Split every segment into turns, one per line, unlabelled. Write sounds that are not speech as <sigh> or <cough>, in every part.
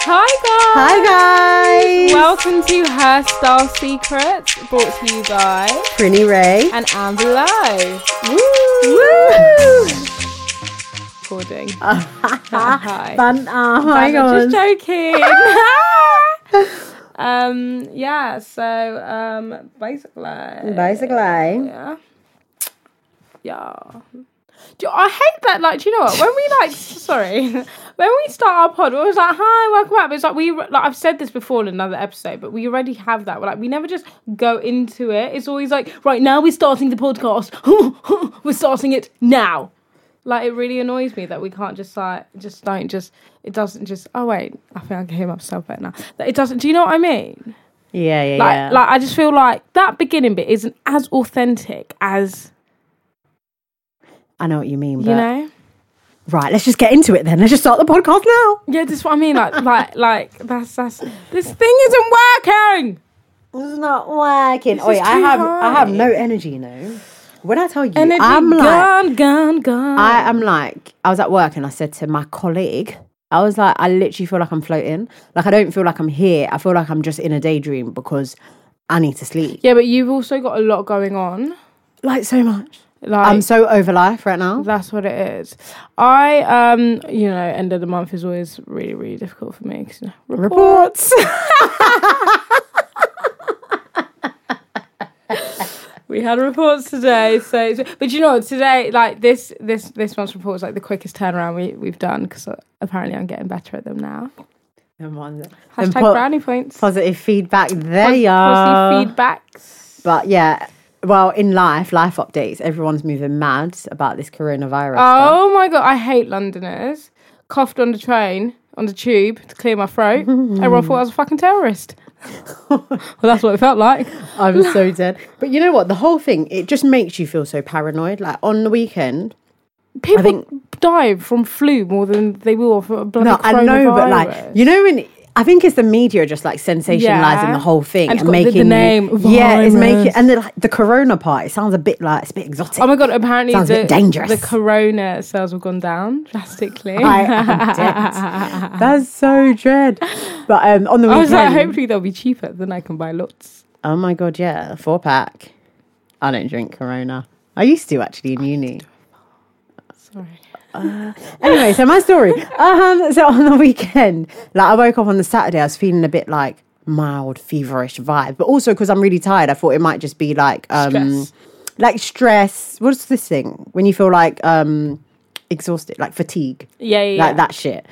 Hi guys!
Hi guys!
Welcome to Hairstyle Secrets, brought to you by
Prinny Ray.
and Amber Lowe.
Woo!
<laughs>
<laughs>
Recording. hi.
Fun. Oh my
I'm
god.
just joking.
<laughs>
<laughs> um, yeah, so um, basically,
Basically.
yeah, yeah. Do you- I hate that. Like, do you know what? When we like, <laughs> sorry, when we start our pod, we're always like, "Hi, welcome back." But it's like we, like I've said this before in another episode, but we already have that. We're like, we never just go into it. It's always like, right now we're starting the podcast. <laughs> we're starting it now. Like, it really annoys me that we can't just like, just don't just. It doesn't just. Oh wait, I think I can hear myself better now. That it doesn't. Do you know what I mean?
Yeah, yeah,
Like,
yeah.
like I just feel like that beginning bit isn't as authentic as
I know what you mean,
you
but
know.
right, let's just get into it then. Let's just start the podcast now.
Yeah, that's what I mean. Like, like, like that's that's this thing isn't working.
This is not working.
This
Oi,
is
I
too
have I have
high.
no energy, you know. When I tell you,
Energy
I'm like
gone, gone, gone.
I am like I was at work and I said to my colleague, I was like, I literally feel like I'm floating. Like I don't feel like I'm here. I feel like I'm just in a daydream because I need to sleep.
yeah, but you've also got a lot going on.
Like so much.
Like,
I'm so over life right now.
that's what it is. I, um, you know, end of the month is always really, really difficult for me. 'cause, you know, <laughs> report.
<laughs> Reports.
We had reports today, so so- but you know what, today, like this, this, this month's report is like the quickest turnaround we we've done because apparently I'm getting better at them now.
Them ones that- them
Hashtag
po-
brownie points.
positive feedback. There
Pos-
you are.
Positive feedbacks.
But yeah, well, in life, life updates. Everyone's moving mad about this coronavirus. stuff.
Oh my god, I hate Londoners. Coughed on the train, on the tube to clear my
<laughs>
throat. Everyone thought I was a fucking terrorist. well, that's what it felt like.
I'm
<laughs>
so dead. But you know what? The whole thing it just makes you feel so paranoid. Like on the weekend.
People die from flu more than they will from a bloody
No, I know, but
coronavirus.
like you know when. I think it's the media just like sensationalizing
Yeah.
the whole thing
And
and,
it's got the- the
making
name,
you- yeah, it's making
virus.
and the, like, the corona part. It sounds a bit like it's a bit exotic.
Oh my god! Apparently,
Sounds a
the,
bit dangerous.
the corona sales have gone down drastically.
I am dead. That's so dread. But um, on the
<laughs> I
weekend,
was like, hopefully they'll be cheaper. Then I can buy lots.
Oh my god, yeah, a four pack. I don't drink Corona. I used to actually in uni.
Sorry.
Anyway, so my <laughs> story. Um, so on the weekend, like I woke up on the Saturday, I was feeling a bit like mild feverish vibe, but also because I'm really tired, I thought it might just be like um,
Stress.
like stress. What's this thing when you feel like um exhausted, like fatigue?
Yeah, yeah, yeah.
like that shit.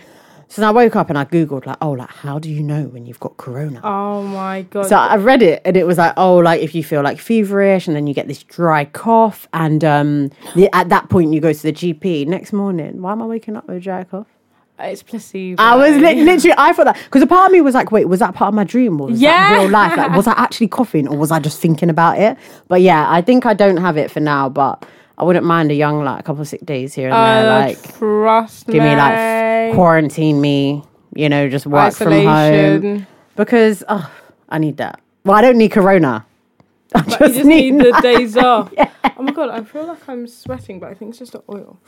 So then I woke up and I googled like, oh, like how do you know when you've got Corona?
Oh my god!
So I read it and it was like, oh, like if you feel like feverish and then you get this dry cough and um, the, at that point you go to the GP next morning. Why am I waking up with a dry cough?
it's placebo.
I was li- literally, I thought that because a part of me was like, wait, was that part of my dream or was
Yeah.
that real life? Like, was I actually coughing or was I just thinking about it? But yeah, I think I don't have it for now, but I wouldn't mind a young like couple of sick days here and there,
Uh,
like
trust
give
me.
me like quarantine me, you know, just work <laughs> from home
Isolation.
because oh, I need that. Well, I don't need Corona. I just,
You just need the
<laughs>
days off. Oh my god, I feel like I'm sweating, but I think it's just the oil.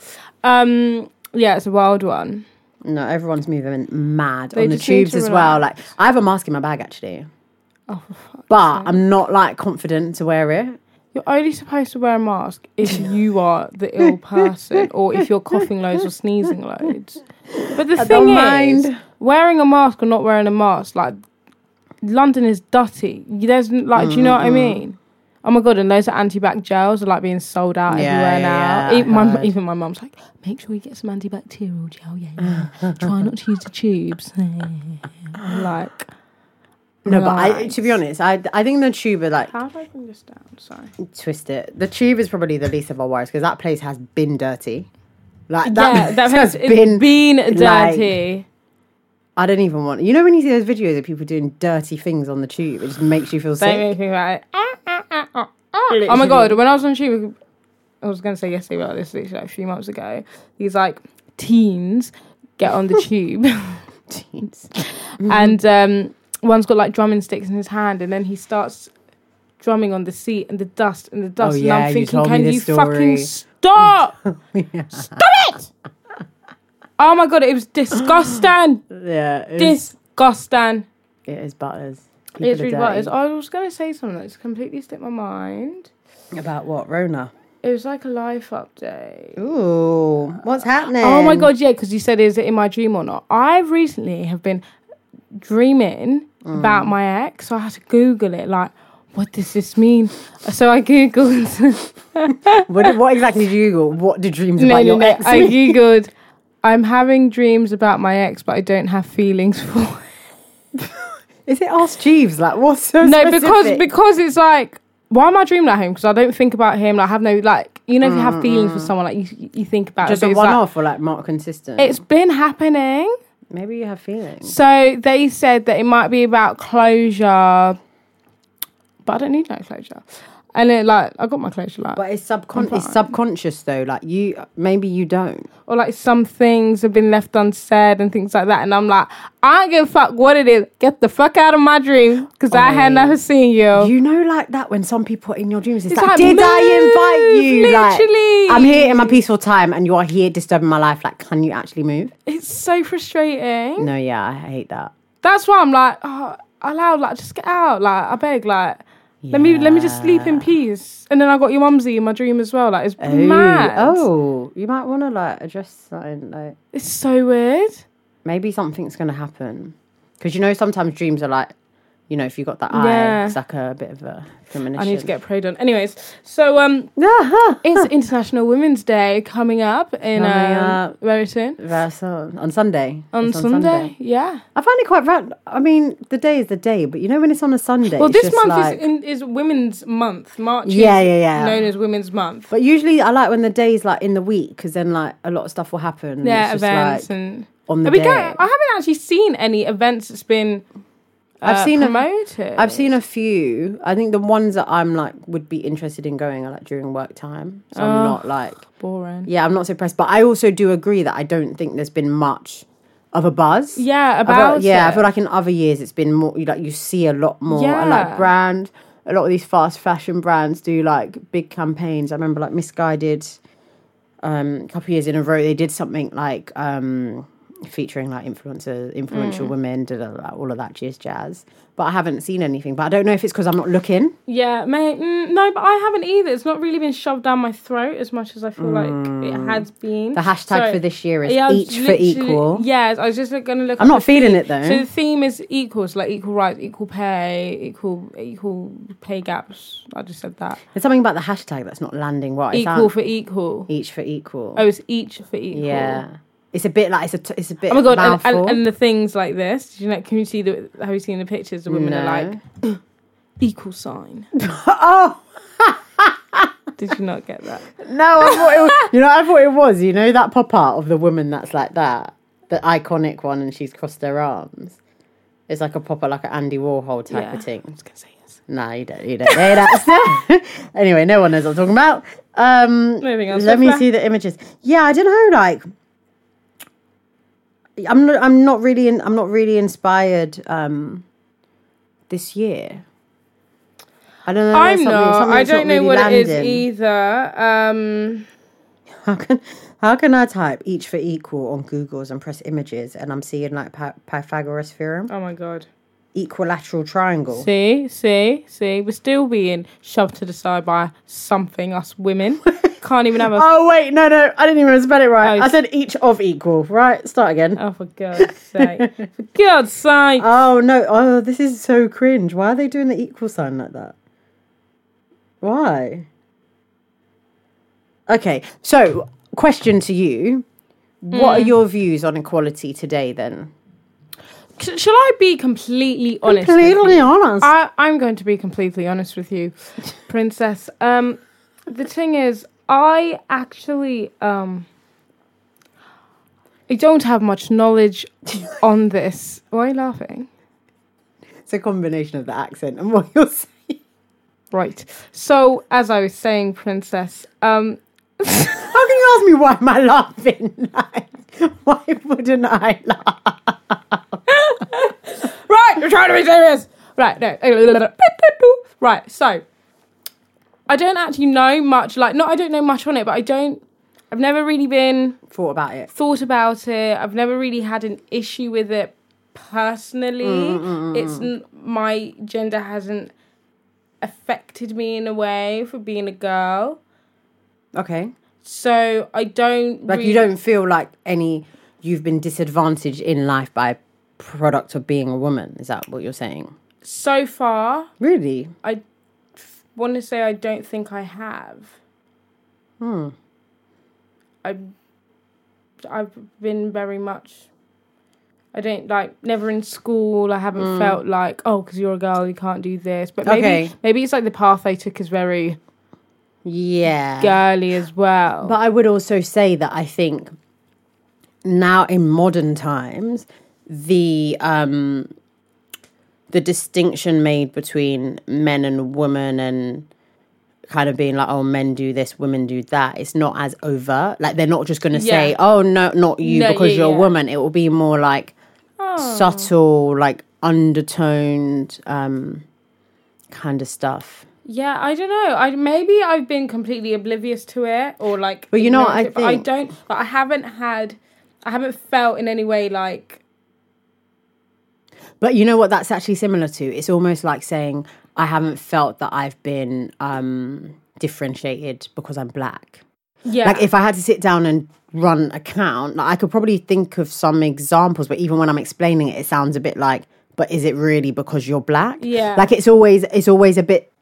Um, yeah, it's a wild one.
no. Everyone's moving mad on the
just need
tubes
to Oh,
as well. Like I have a mask in my bag actually, but I'm not like confident to wear it.
You're only supposed to wear a mask
<laughs>
if you are the ill person or if you're coughing loads or sneezing loads. But the thing
don't
is,
mind.
wearing a mask or not wearing a mask, like London is dirty. There's n- like, do you know what I
Mm-hmm.
mean? Oh my god! And those anti-bac gels are like being sold out
Yeah,
everywhere
yeah,
now.
yeah, I
even, my,
heard.
even my mum's like, make sure you get some antibacterial gel. Yeah, yeah. try not to use the tubes. <laughs> like,
No, but I,
relax.
to be honest, I I think the tube is like
how do I bring this down? Sorry.
twist it. The tube is probably the least of our worries because that place has been dirty. Like
yeah,
<laughs> that,
that
place
has
has
it's been,
like-
dirty.
I don't even want. You know when you see those videos of people doing dirty things on the tube, it just makes you feel
Don't
sick.
make me like. Ah, ah, ah, ah, ah. Oh my god! When I was on tube, I was gonna say yesterday about this literally like a few months ago. These like teens get on
<laughs>
the tube,
<laughs> Jeez. <laughs>
and um, one's got like drumming sticks in his hand, and then he starts drumming on the seat and the dust and the dust. and
Oh, yeah,
I'm
you
thinking,
told me
can
this
you
story."
fucking stop?
yeah,
Oh my god! It was
<gasps>
disgusting.
yeah it is,
disgusting.
it is butters. People are
It's really what it is.
dirty.
I was gonna say something that's completely slipped my mind.
About what, Rona?
It was like a life update.
Ooh, what's happening?
Oh my god, yeah, because you said is it in my dream or not? I recently have been dreaming
Mm.
about my ex, so I had to Google it. Like, what does this mean? So I googled. <laughs>
What, what exactly do you Google? What do dreams about
no, no,
your
no.
ex?
I
mean?
googled. I'm having dreams about my ex, but I don't have feelings
<laughs>
for. It.
<laughs> Is it Ask Jeeves? Like what's so
No,
specific?
because because it's like, why am I dreaming about him? Because I don't think about him. Like, I have no like. You know, if you have feelings for someone, like you, you think about
just
it. but
a
it's like,
one-off or like more consistent.
It's been happening.
Maybe you have feelings.
So they said that it might be about closure, but I don't need no closure. And it like I got my closure like,
But it's subconscious. It's subconscious though. Like you, maybe you don't.
or like some things have been left unsaid and things like that. And I'm like, I don't give a fuck what it is. Get the fuck out of my dream because I had never seen you.
Oh. You know, like that when some people are in your dreams, it's,
It's
like,
like,
did I
move,
invite you?
literally.
Like, I'm here in my peaceful time, and you are here disturbing my life. Like, can you actually move?
It's so frustrating.
No, yeah, I hate that.
That's why I'm like, oh, allow like just get out. Like I beg like. Let me let me just sleep in peace, and then I got your mumsy in my dream as well. Like it's
Ooh,
mad.
Oh, you might want to like address something. Like,
it's so weird.
maybe something's gonna happen because you know sometimes dreams are like, you know, if you got that eye,
Yeah.
it's like a bit of a premonition.
I need to
<laughs>
get preyed on. Anyways, so um, it's International Women's Day coming up in
Coming
um,
up.
very soon
That's on, on Sunday.
on,
It's
Sunday. Yeah.
I find it quite random. I mean, the day is the day, but you know when it's on a Sunday.
Well,
it's
this
just
month
like-
is in, is Women's Month. March.
Yeah,
is
yeah, yeah.
Known as Women's Month.
But usually, I like when the day's like in the week because then like a lot of stuff will happen. and
yeah,
it's just,
events
like,
and.
on the
But we
day.
don't- I haven't actually seen any events that's been.
I've
uh,
seen a,
promoted.
I've seen a few. I think the ones that I'm like would be interested in going are like during work time. So I'm not like
boring.
yeah, I'm not so pressed. But I also do agree that I don't think there's been much of a buzz.
Yeah,
I feel-
about
uh, yeah, I
it.
feel like in other years it's been more you like you see a lot more and like
Yeah.
brand a lot of these fast fashion brands do like big campaigns. I remember like Misguided um a couple of years in a row they did something like um featuring like influencers, influential
Mm.
women, da, da, da, all of that jizz jazz. But I haven't seen anything. But I don't know if it's because I'm not looking.
Yeah, may, mm, no, but I haven't either. It's not really been shoved down my throat as much as I feel like
Mm.
it has been.
The hashtag
Sorry.
for this year is
Yeah, I was
each for
literally-
equal.
Yes, I was just going to look.
I'm
up
not
the
feeling
theme.
it though.
So the theme is equals, like equal rights, equal pay, equal equal pay gaps. I just said that.
There's something about the hashtag that's not landing right. Is
Equal
that-
for equal.
each for equal.
Oh, it's each for equal.
Yeah, it's a bit like it's a t- it's a bit.
Oh my god! And,
mouthful.
and, and the things like this. Do you know? Can you see the? Have you seen the pictures? The women are like <clears throat> equal sign.
oh
Did you not get
<laughs>
that?
no, I thought it
<laughs>
was, you know I thought it was you know that pop art of the woman that's like that, the iconic one, and she's crossed her arms. It's like a pop up, like an Andy Warhol type
Yeah.
of
I'm
thing.
just gonna say yes.
Nah, you don't, you don't say that. <laughs> anyway, no one knows what I'm talking about. Um,
Moving on,
Let me
Sophia.
see the images. Yeah, I don't know. Like, I'm not. I'm not really. In, I'm not really inspired. Um, this year. I don't know.
I'm
something-
not. I
something's
don't know
really
what it is either.
landing.
Um,
How can how can I type each for equal on Google's and press images and I'm seeing like Py- Pythagoras theorem,
oh my god.
equilateral triangle.
See, see, see. We're still being shoved to the side by something, us <laughs> women. Can't even have a.
Oh wait, no, no, I didn't even spell it right.
Oh,
I said each of equal. Right, start again.
Oh, for God's sake. For God's sake.
Oh no! Oh, this is so cringe. Why are they doing the equal sign like that? Why? Okay, so question to you: What are your views on equality today? Then,
Sh- Shall I be completely honest? with you?
completely honest.
I, I'm going to be completely honest with <laughs> you, Princess. Um, the thing is, I actually um, I don't have much knowledge on this. Why are you laughing?
It's a combination of the accent and what you're saying.
Right. So, as I was saying, Princess, um,
How can you ask me why am I laughing? <laughs> Like, why wouldn't I laugh?
right, you're trying to be serious. Right, no. eh, Right, so I don't actually know much. Like, not I don't know much on it, but I don't. I've never really been
Thought about it.
thought about it. I've never really had an issue with it personally.
Mm,
It's n- my gender hasn't affected me in a way for being a girl.
Okay.
So I don't
Like you don't feel like any you've been disadvantaged in life by product of being a woman. Is that what you're saying?
so far
Really?
I want to say I don't think I have. Hmm. I, I've been very much. I don't like never in school. I haven't felt like oh, because you're a girl, you can't do this. But maybe
Hmm. Okay.
maybe it's like the path I took is very
Yeah.
girly as well.
But I would also say that I think now in modern times, the um, the distinction made between men and women and kind of being like, oh, men do this, women do that. It's not as overt. Like they're not just going to say,
Yeah.
oh, no, not you
No,
because
yeah,
you're
yeah. Oh.
a woman. It will be more like subtle, like undertoned um, kind of stuff.
yeah, I don't know. I maybe I've been completely oblivious to it, or like.
But you know what I
ignorant to it, but I
think?
don't. But I haven't had. I haven't felt in any way like
But you know what that's actually similar to? It's almost like saying, I haven't felt that I've been um, differentiated because I'm black.
yeah.
Like, if I had to sit down and run a count, like, I could probably think of some examples, but even when I'm explaining it, it sounds a bit like, but is it really because you're black?
Yeah.
Like, it's always, it's always a bit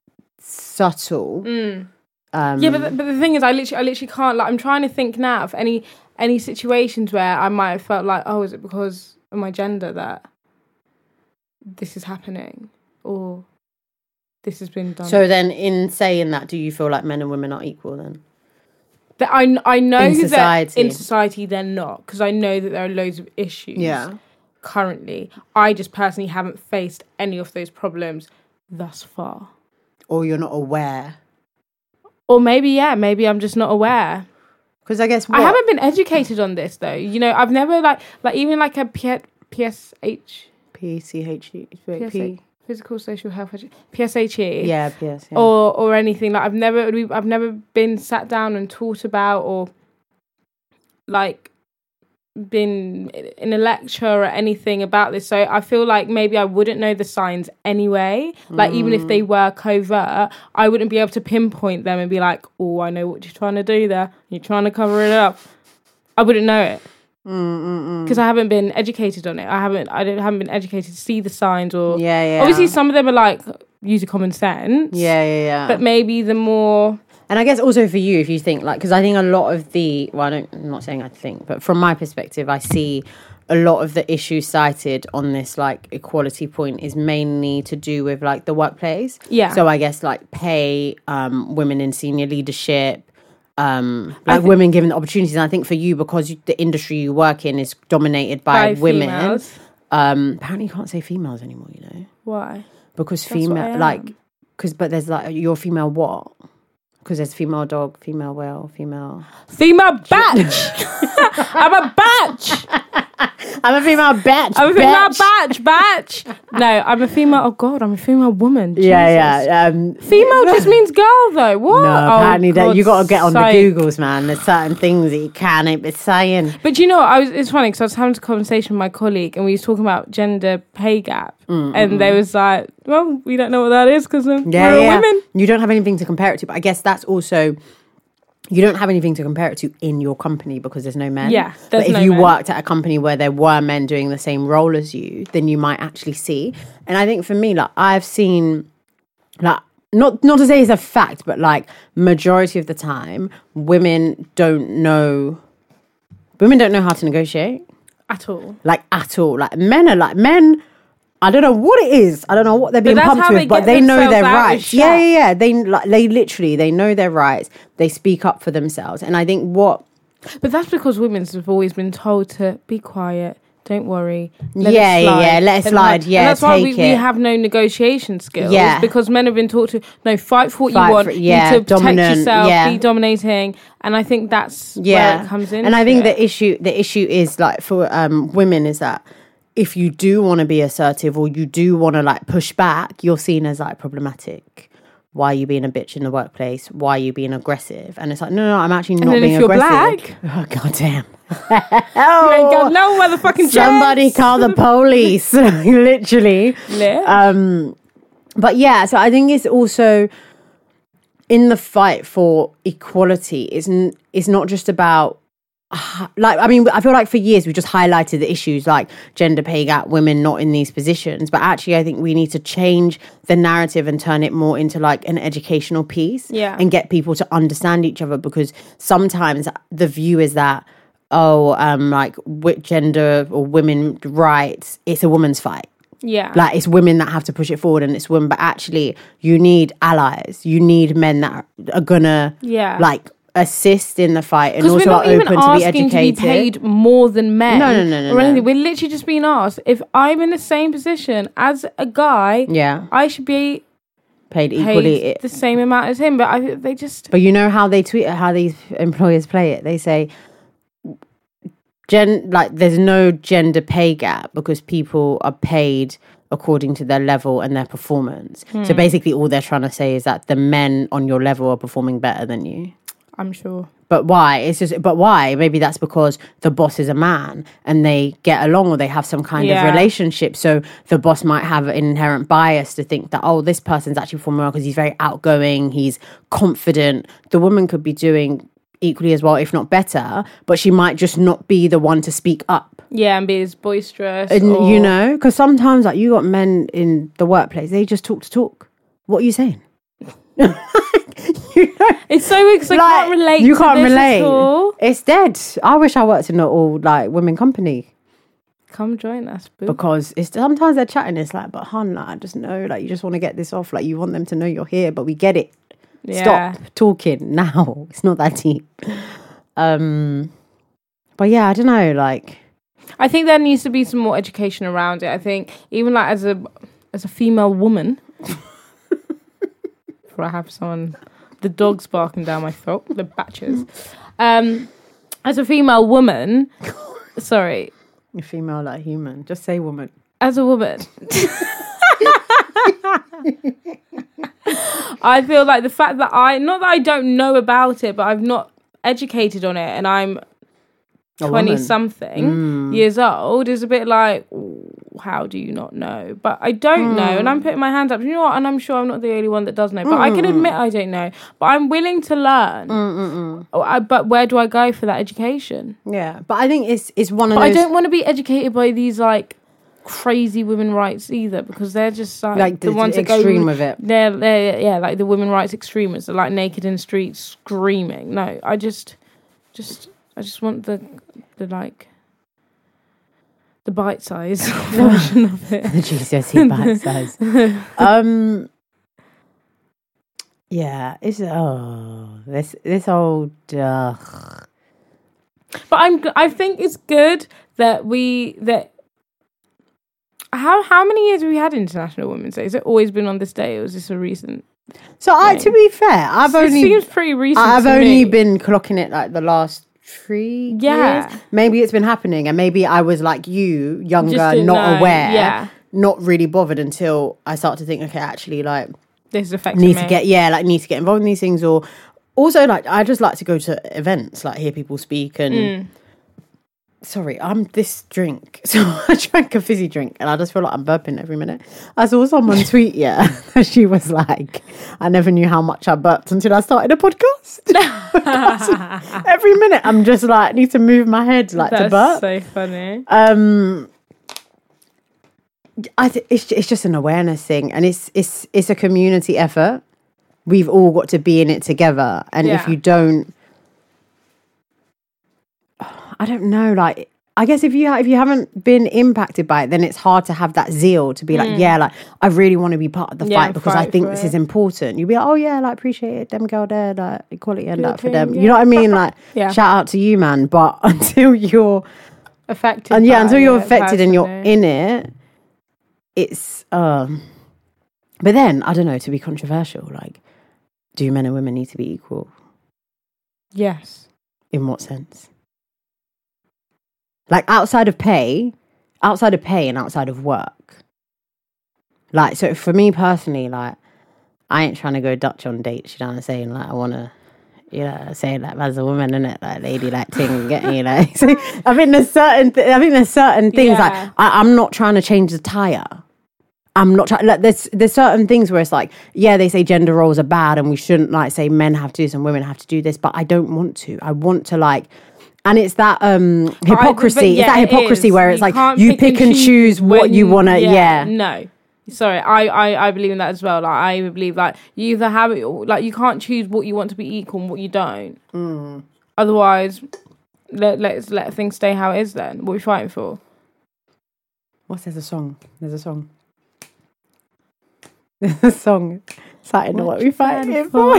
subtle. Um,
Mm. Yeah, but the, but the thing is, I literally, I literally can't. Like, I'm trying to think now of any any situations where I might have felt like, oh, is it because of my gender that this is happening, or this has been done?
so then, in saying that, do you feel like men and women are equal then?
that I, kn- I know
In
that in
society.
society they're not, because I know that there are loads of issues. Currently, I just personally haven't faced any of those problems thus far.
Or you're not aware?
Or maybe, yeah, maybe I'm just not aware.
Because I guess what?
I haven't been educated on this though. You know, I've never like like even like a P- PSH
P C H E
PSA,
P.
physical social health edu- PSHE
Yeah, yes. Yeah.
or or anything like I've never we- I've never been sat down and taught about or like been in a lecture or anything about this so I feel like maybe I wouldn't know the signs anyway like even if
Mm.
they were covert I wouldn't be able to pinpoint them and be like oh I know what you're trying to do there you're trying to cover it up I wouldn't know it because I haven't been educated on it I haven't I don't, haven't been educated to see the signs or
Yeah, yeah.
obviously some of them are like use your common sense
yeah, yeah, yeah.
but maybe the more
and I guess also for you, if you think like, because I think a lot of the well, I don't, I'm not saying I think, but from my perspective, I see a lot of the issues cited on this like equality point is mainly to do with like the workplace.
Yeah.
So I guess like pay, um, women in senior leadership. Um, like women given the opportunities, and I think for you because you, the industry you work in is dominated by,
by
women.
females.
Um, apparently, you can't say females anymore. You know,
Why?
because
what I
female
am.
like because but there's like your female what because there's female dog female whale female
<laughs> Female batch. I'm a batch.
<laughs> i'm a female bitch
I'm a female batch. Batch. No, I'm a female. Oh God, I'm a female woman.
yeah
Jesus.
yeah um
Female just means girl, though. What?
no,
Oh,
apparently that you got to
God's
get on the
sake.
Googles, man. There's certain things that you can't be saying.
But you know, I was. It's funny because I was having a conversation with my colleague, and we was talking about gender pay gap,
Mm,
and they was like, "Well, we don't know what that is because we're women."
You don't have anything to compare it to, but I guess that's also you don't have anything to compare it to in your company because there's no men.
Yeah,
but
there's
if
no
you
men.
worked at a company where there were men doing the same role as you, then you might actually see. And I think for me, like I've seen, like not not to say it's a fact, but like majority of the time, women don't know. Women don't know how to negotiate
At all.
like at all. Like men are like men. I don't know what it is. I don't know what they're being
that's
pumped
how
with,
they
but
get
they know
themselves
their
out of
rights.
shit.
Yeah, yeah, yeah. They like, they literally they know their rights. They speak up for themselves, and I think what
But that's because women's have always been told to be quiet, don't worry.
Yeah, yeah, yeah, let it
And
slide,
that-
yeah,
and that's why we,
take
we
it.
have no negotiation skills.
Yeah.
because men have been taught to no fight for what
Fight
you want.
for- yeah,
you need to protect
dominant,
yourself,
yeah.
be dominating, and I think that's where it comes in.
And I think the issue the issue is like for um, women is that if you do want to be assertive or you do want to like push back, you're seen as like problematic. Why are you being a bitch in the workplace? Why are you being aggressive? And it's like, no, no, I'm actually not
then if
being
you're
aggressive. <laughs> Oh god
<laughs>
damn.
ain't got no motherfucking
Somebody
chance.
call the police. <laughs> Literally.
Yeah.
uh, But yeah, so I think it's also in the fight for equality. It's n- it's not just about h- like I mean I feel like for years we just highlighted the issues like gender pay gap, women not in these positions. But actually, I think we need to change the narrative and turn it more into like an educational piece.
Yeah.
and get people to understand each other because sometimes the view is that oh um like wi- gender or women rights it's a woman's fight
yeah,
like it's women that have to push it forward and it's women but actually you need allies you need men that are gonna
Yeah.
like assist in the fight and
because we're
also
not
are
even
open to be
asking to be paid
educated
more than men.
No, no, no, no,
or
no.
anything. We're literally just being asked if I'm in the same position as a guy.
yeah
I should be
paid equally
paid the same amount as him, but I they just
But you know how they tweet how these employers play it. They say gen like there's no gender pay gap because people are paid according to their level and their performance.
Hmm.
So basically all they're trying to say is that the men on your level are performing better than you.
I'm sure.
But why? It's just but why? Maybe that's because the boss is a man and they get along or they have some kind
Yeah.
of relationship. So the boss might have an inherent bias to think that oh, this person's actually performing well because he's very outgoing, he's confident. The woman could be doing equally as well, if not better, but she might just not be the one to speak up.
Yeah, and be as boisterous.
And
or-
you know, because sometimes like you got men in the workplace, they just talk to talk. What are you saying? you know?
it's so weird 'cause I can't
Like,
relate.
You
to
can't
this
relate.
At all.
It's dead. I wish I worked in an all like women company
Come join us, boo.
because it's sometimes they're chatting. It's like, but hun, like, I just know, like, you just want to get this off. Like, you want them to know you're here, but we get it.
Yeah.
Stop talking now. <laughs> It's not that deep. Um, but yeah, I don't know. Like,
I think there needs to be some more education around it. I think even like as a as a female woman, <laughs> before I have someone, the dog's barking down my throat, the
<laughs>
batches. Um, as a female woman, sorry,
a female, like human. Just say woman.
as a woman. I feel like the fact that I not that I don't know about it, but I've not educated on it and I'm
A
twenty
woman. Mm.
something years old is a bit like "Ooh, how do you not know? But I don't
Mm.
know and I'm putting my hand up, you know what, and I'm sure I'm not the only one that does know. But I can admit I don't know. But I'm willing to learn. Oh, I, but where do I go for that education?
Yeah, but I think it's it's one of
But I
those
don't want to be educated by these like crazy women rights either because they're just like,
Like,
the,
the-
ones
the
that go-
extreme with it.
<laughs>
<laughs>
They're, they're yeah, like the women rights extremists are like naked in the streets screaming. No, I just, just, I just want the, the like, the bite size <laughs> version of it.
Jesus, he bite size. E um, yeah, it's oh this this old. Uh,
But I'm, g- I think it's good that we that. How how many years have we had International Women's Day? Has it always been on this day, or is this a recent?
So I, to be fair, I've only
it seems pretty recent.
I've
to me.
only been clocking it like the last three
Yeah.
years. Maybe it's been happening, and maybe I was like you, younger, not
didn't know,
aware,
yeah.
not really bothered until I start to think, okay, actually, like
this affects
need
me.
to get yeah, like need to get involved in these things, or also like I just like to go to events, like hear people speak and.
Hmm.
Sorry, I'm this drink. <laughs> So I drank a fizzy drink and I just feel like I'm burping every minute. I
<laughs>
saw someone tweet, yeah, <laughs> that she was like, I never knew how much I burped until I started a podcast. <laughs> Because every minute I'm just like, need to move my head like to burp.
That's so funny.
um, I th- it's, it's just an awareness thing and it's, it's, it's a community effort. We've all got to be in it together. And if
Yeah.
you don't, I don't know, like, I guess if you ha- if you haven't been impacted by it, then it's hard to have that zeal to be like, yeah, like I really want to be part of the
Hmm. Yeah,
fight because I
fight
think
for
this
it.
is important. You'd be like, oh yeah, like appreciate it, them girl there, like equality and that for
thing,
them.
yeah.
You know what
<laughs>
I mean? Like,
Yeah.
shout out to you, man. But <laughs> until you're
affected.
and yeah,
by
until you're
it
affected and you're
personally.
in it, it's um. But then I don't know. To be controversial, like, do men and women need to be equal?
Yes.
In what sense? Like outside of pay, outside of pay and outside of work. Like, so for me personally, like, I ain't trying to go Dutch on dates, you know what I'm saying? Like, I want to, you know, say like, as a woman, innit? Like, lady, like, ting, get me, like. <laughs> So I think there's certain, th- I think there's certain things,
Yeah.
like, I- I'm not trying to change the tire. I'm not trying. Like, there's there's certain things where it's like, yeah, they say gender roles are bad, and we shouldn't like say men have to do this and women have to do this. But I don't want to. I want to like, and it's that um
But I-
hypocrisy.
but
it's
yeah,
that
it
hypocrisy
is.
where it's like
can't
you pick and choose what you
when-
want to. Yeah,
No. Sorry, I, I I believe in that as well. Like I believe like you either have it or like you can't choose what you want to be equal and what you don't.
Mm.
Otherwise, let let's let things stay how it is. Then what are we fighting for?
What's there's a song? There's a <laughs> song. There's a song. Starting what, what we fighting for.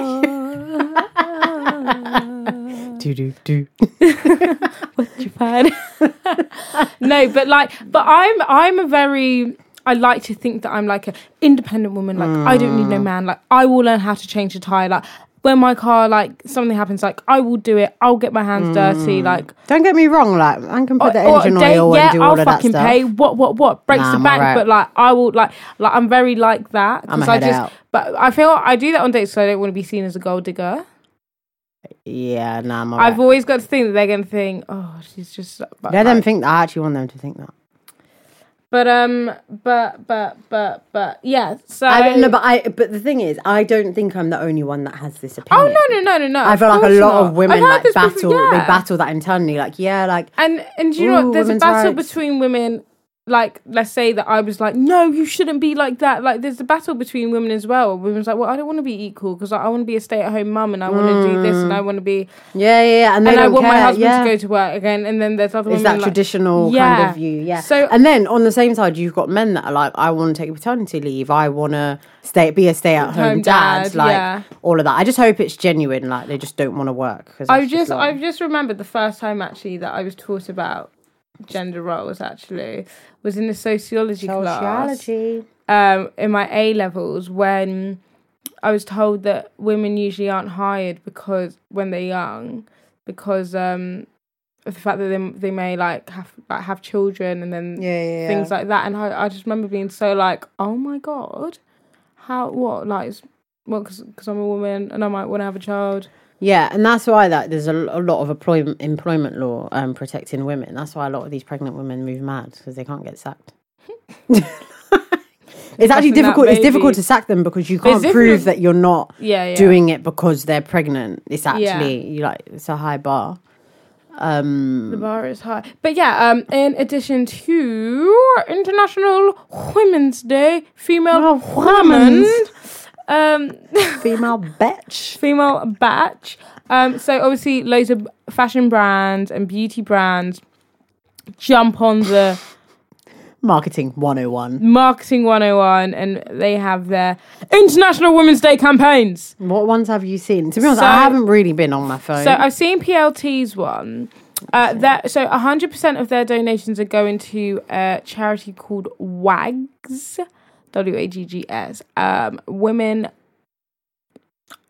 <laughs>
<laughs> Do do do.
Japan. <laughs> no, but like, but I'm I'm a very I like to think that I'm like an independent woman. Like I don't
Mm.
need no man. Like I will learn how to change a tire. Like when my car like something happens, like I will do it. I'll get my hands dirty. Like
Don't get me wrong. Like I can Mm. put the
or- or
engine
day-
oil
Oh, yeah,
and do
I'll
all of that
fucking
stuff.
pay. What what what breaks
Nah,
the
I'm
bank?
alright.
But like I will like like I'm very like that
I'm a
I
head
just
out.
but I feel I do that on dates so I don't want to be seen as a gold digger.
Yeah, nah, I'm
I've
alright.
always got to think that they're gonna think, oh, she's just. But,
Let them
like-
think that. I actually want them to think that.
But um, but but but but yeah. So
I don't know, but I but the thing is, I don't think I'm the only one that has this
oh
opinion.
no no no no no!
I
of
feel like a
course
lot
not.
of women
I've heard
like
this
battle.
before, yeah.
They battle that internally. Like, yeah, like
And and do you know
Ooh,
what? There's a
women's
battle
rights.
between women. Like let's say that I was like, no, you shouldn't be like that. Like there's a battle between women as well. Women's like, well, I don't want to be equal because I want to be a stay at home mum and I want to do this and I want to be
yeah, yeah, yeah. And, Mm. they
and I
don't
want my
care,
husband
yeah.
to go to work again. And then there's other
It's
women
that
like,
traditional kind
Yeah.
of view, yeah.
So-
and then on the same side, you've got men that are like, I want to take paternity leave, I want to stay, be a stay-at-home
Home
dad,
dad,
like
yeah.
all of that. I just hope it's genuine, like they just don't want to work. 'cause
I
that's
just
long.
I've just remembered the first time actually that I was taught about gender roles actually was in the sociology class
sociology.
um, in my A levels when I was told that women usually aren't hired because when they're young because um, of the fact that they they may like have like, have children and then
Yeah, yeah, yeah.
things like that and I, I just remember being so like oh my god how what like it's- well because I'm a woman and I might want to have a child
Yeah, and that's why that there's a, a lot of employment employment law um, protecting women. That's why a lot of these pregnant women move mad because they can't get
<laughs>
sacked. it's actually
that
difficult. It's difficult
baby.
to sack them because you
But
can't
it's
prove
different-
that you're not
yeah yeah
doing it because they're pregnant. It's
Yeah.
actually you like it's a high bar. Um,
The bar is high. But yeah, um, in addition to International Women's Day, female
Oh,
women, um,
female bitch.
female batch. Um, so obviously, loads of fashion brands and beauty brands jump on the <laughs>
Marketing 101.
marketing 101 and they have their international women's day campaigns
What ones have you seen? To be honest,
So-
I haven't really been on my phone.
So I've seen PLT's one. Uh, that so 100% of their donations are going to a charity called WAGS, W A G G S. Um, women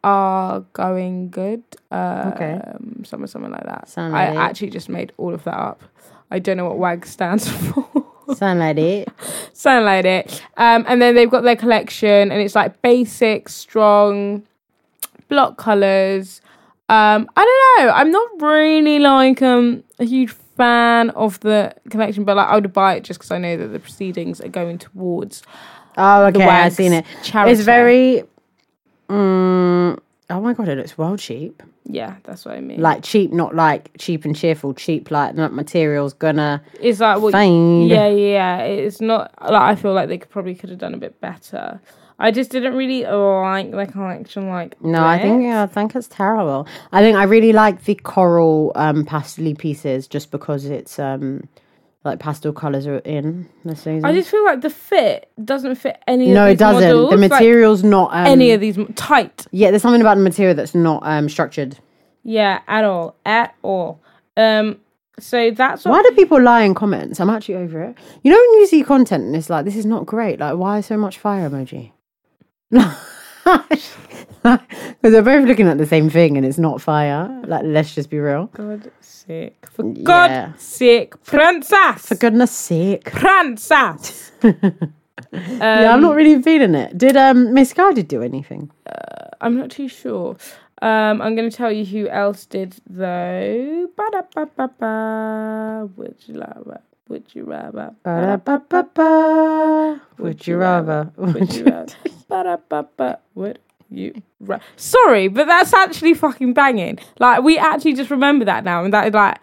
are going good. Um,
Okay.
something something like that.
Sound
I
right.
actually just made all of that up. I don't know what WAGS stands <laughs> for.
Sound like it.
Sound like it. Um, and then they've got their collection, and it's like basic, strong, block colors. Um, I don't know. I'm not really like um a huge fan of the collection, but like I would buy it just because I know that the proceedings are going towards.
Oh, okay. I've
Wags
seen it.
charity.
It's very. Mm, oh my god, it looks well cheap.
Yeah, that's what I mean.
Like cheap, not like cheap and cheerful. Cheap, like not materials gonna.
it's like what?
Fine.
Yeah, yeah. It's not like I feel like they could probably could have done a bit better. I just didn't really like the collection. Like
No, I think
that.
yeah, I think it's terrible. I think I really like the coral um, pastel pieces just because it's um, like pastel colors are in the season.
I just feel like the fit doesn't fit any.
Mm. no,
of these
it doesn't.
Models.
the
like,
material's not um,
any of these m- tight.
Yeah, there's something about the material that's not um, structured.
Yeah, at all, at all. Um, so that's what
Why do people lie in comments? I'm actually over it. You know when you see content and it's like this is not great. Like why so much fire emoji? <laughs> Because they're both looking at the same thing and it's not fire. Like let's just be real.
God sake. For
Yeah.
God's sake, princess. For
Goodness sake.
princess.
yeah, I'm not really feeling it. Did um Misguided do anything?
I'm not too sure. Um, I'm going to tell you who else did though. Ba-da-ba-ba-ba. Would you rather? Would you rather?
Ba-da-ba-ba-ba. Would you rather?
Would
<laughs>
you rather? <laughs> Ba-da-ba-ba. Would you ra- Sorry, but that's actually fucking banging. Like we actually just remember that now, and that is like.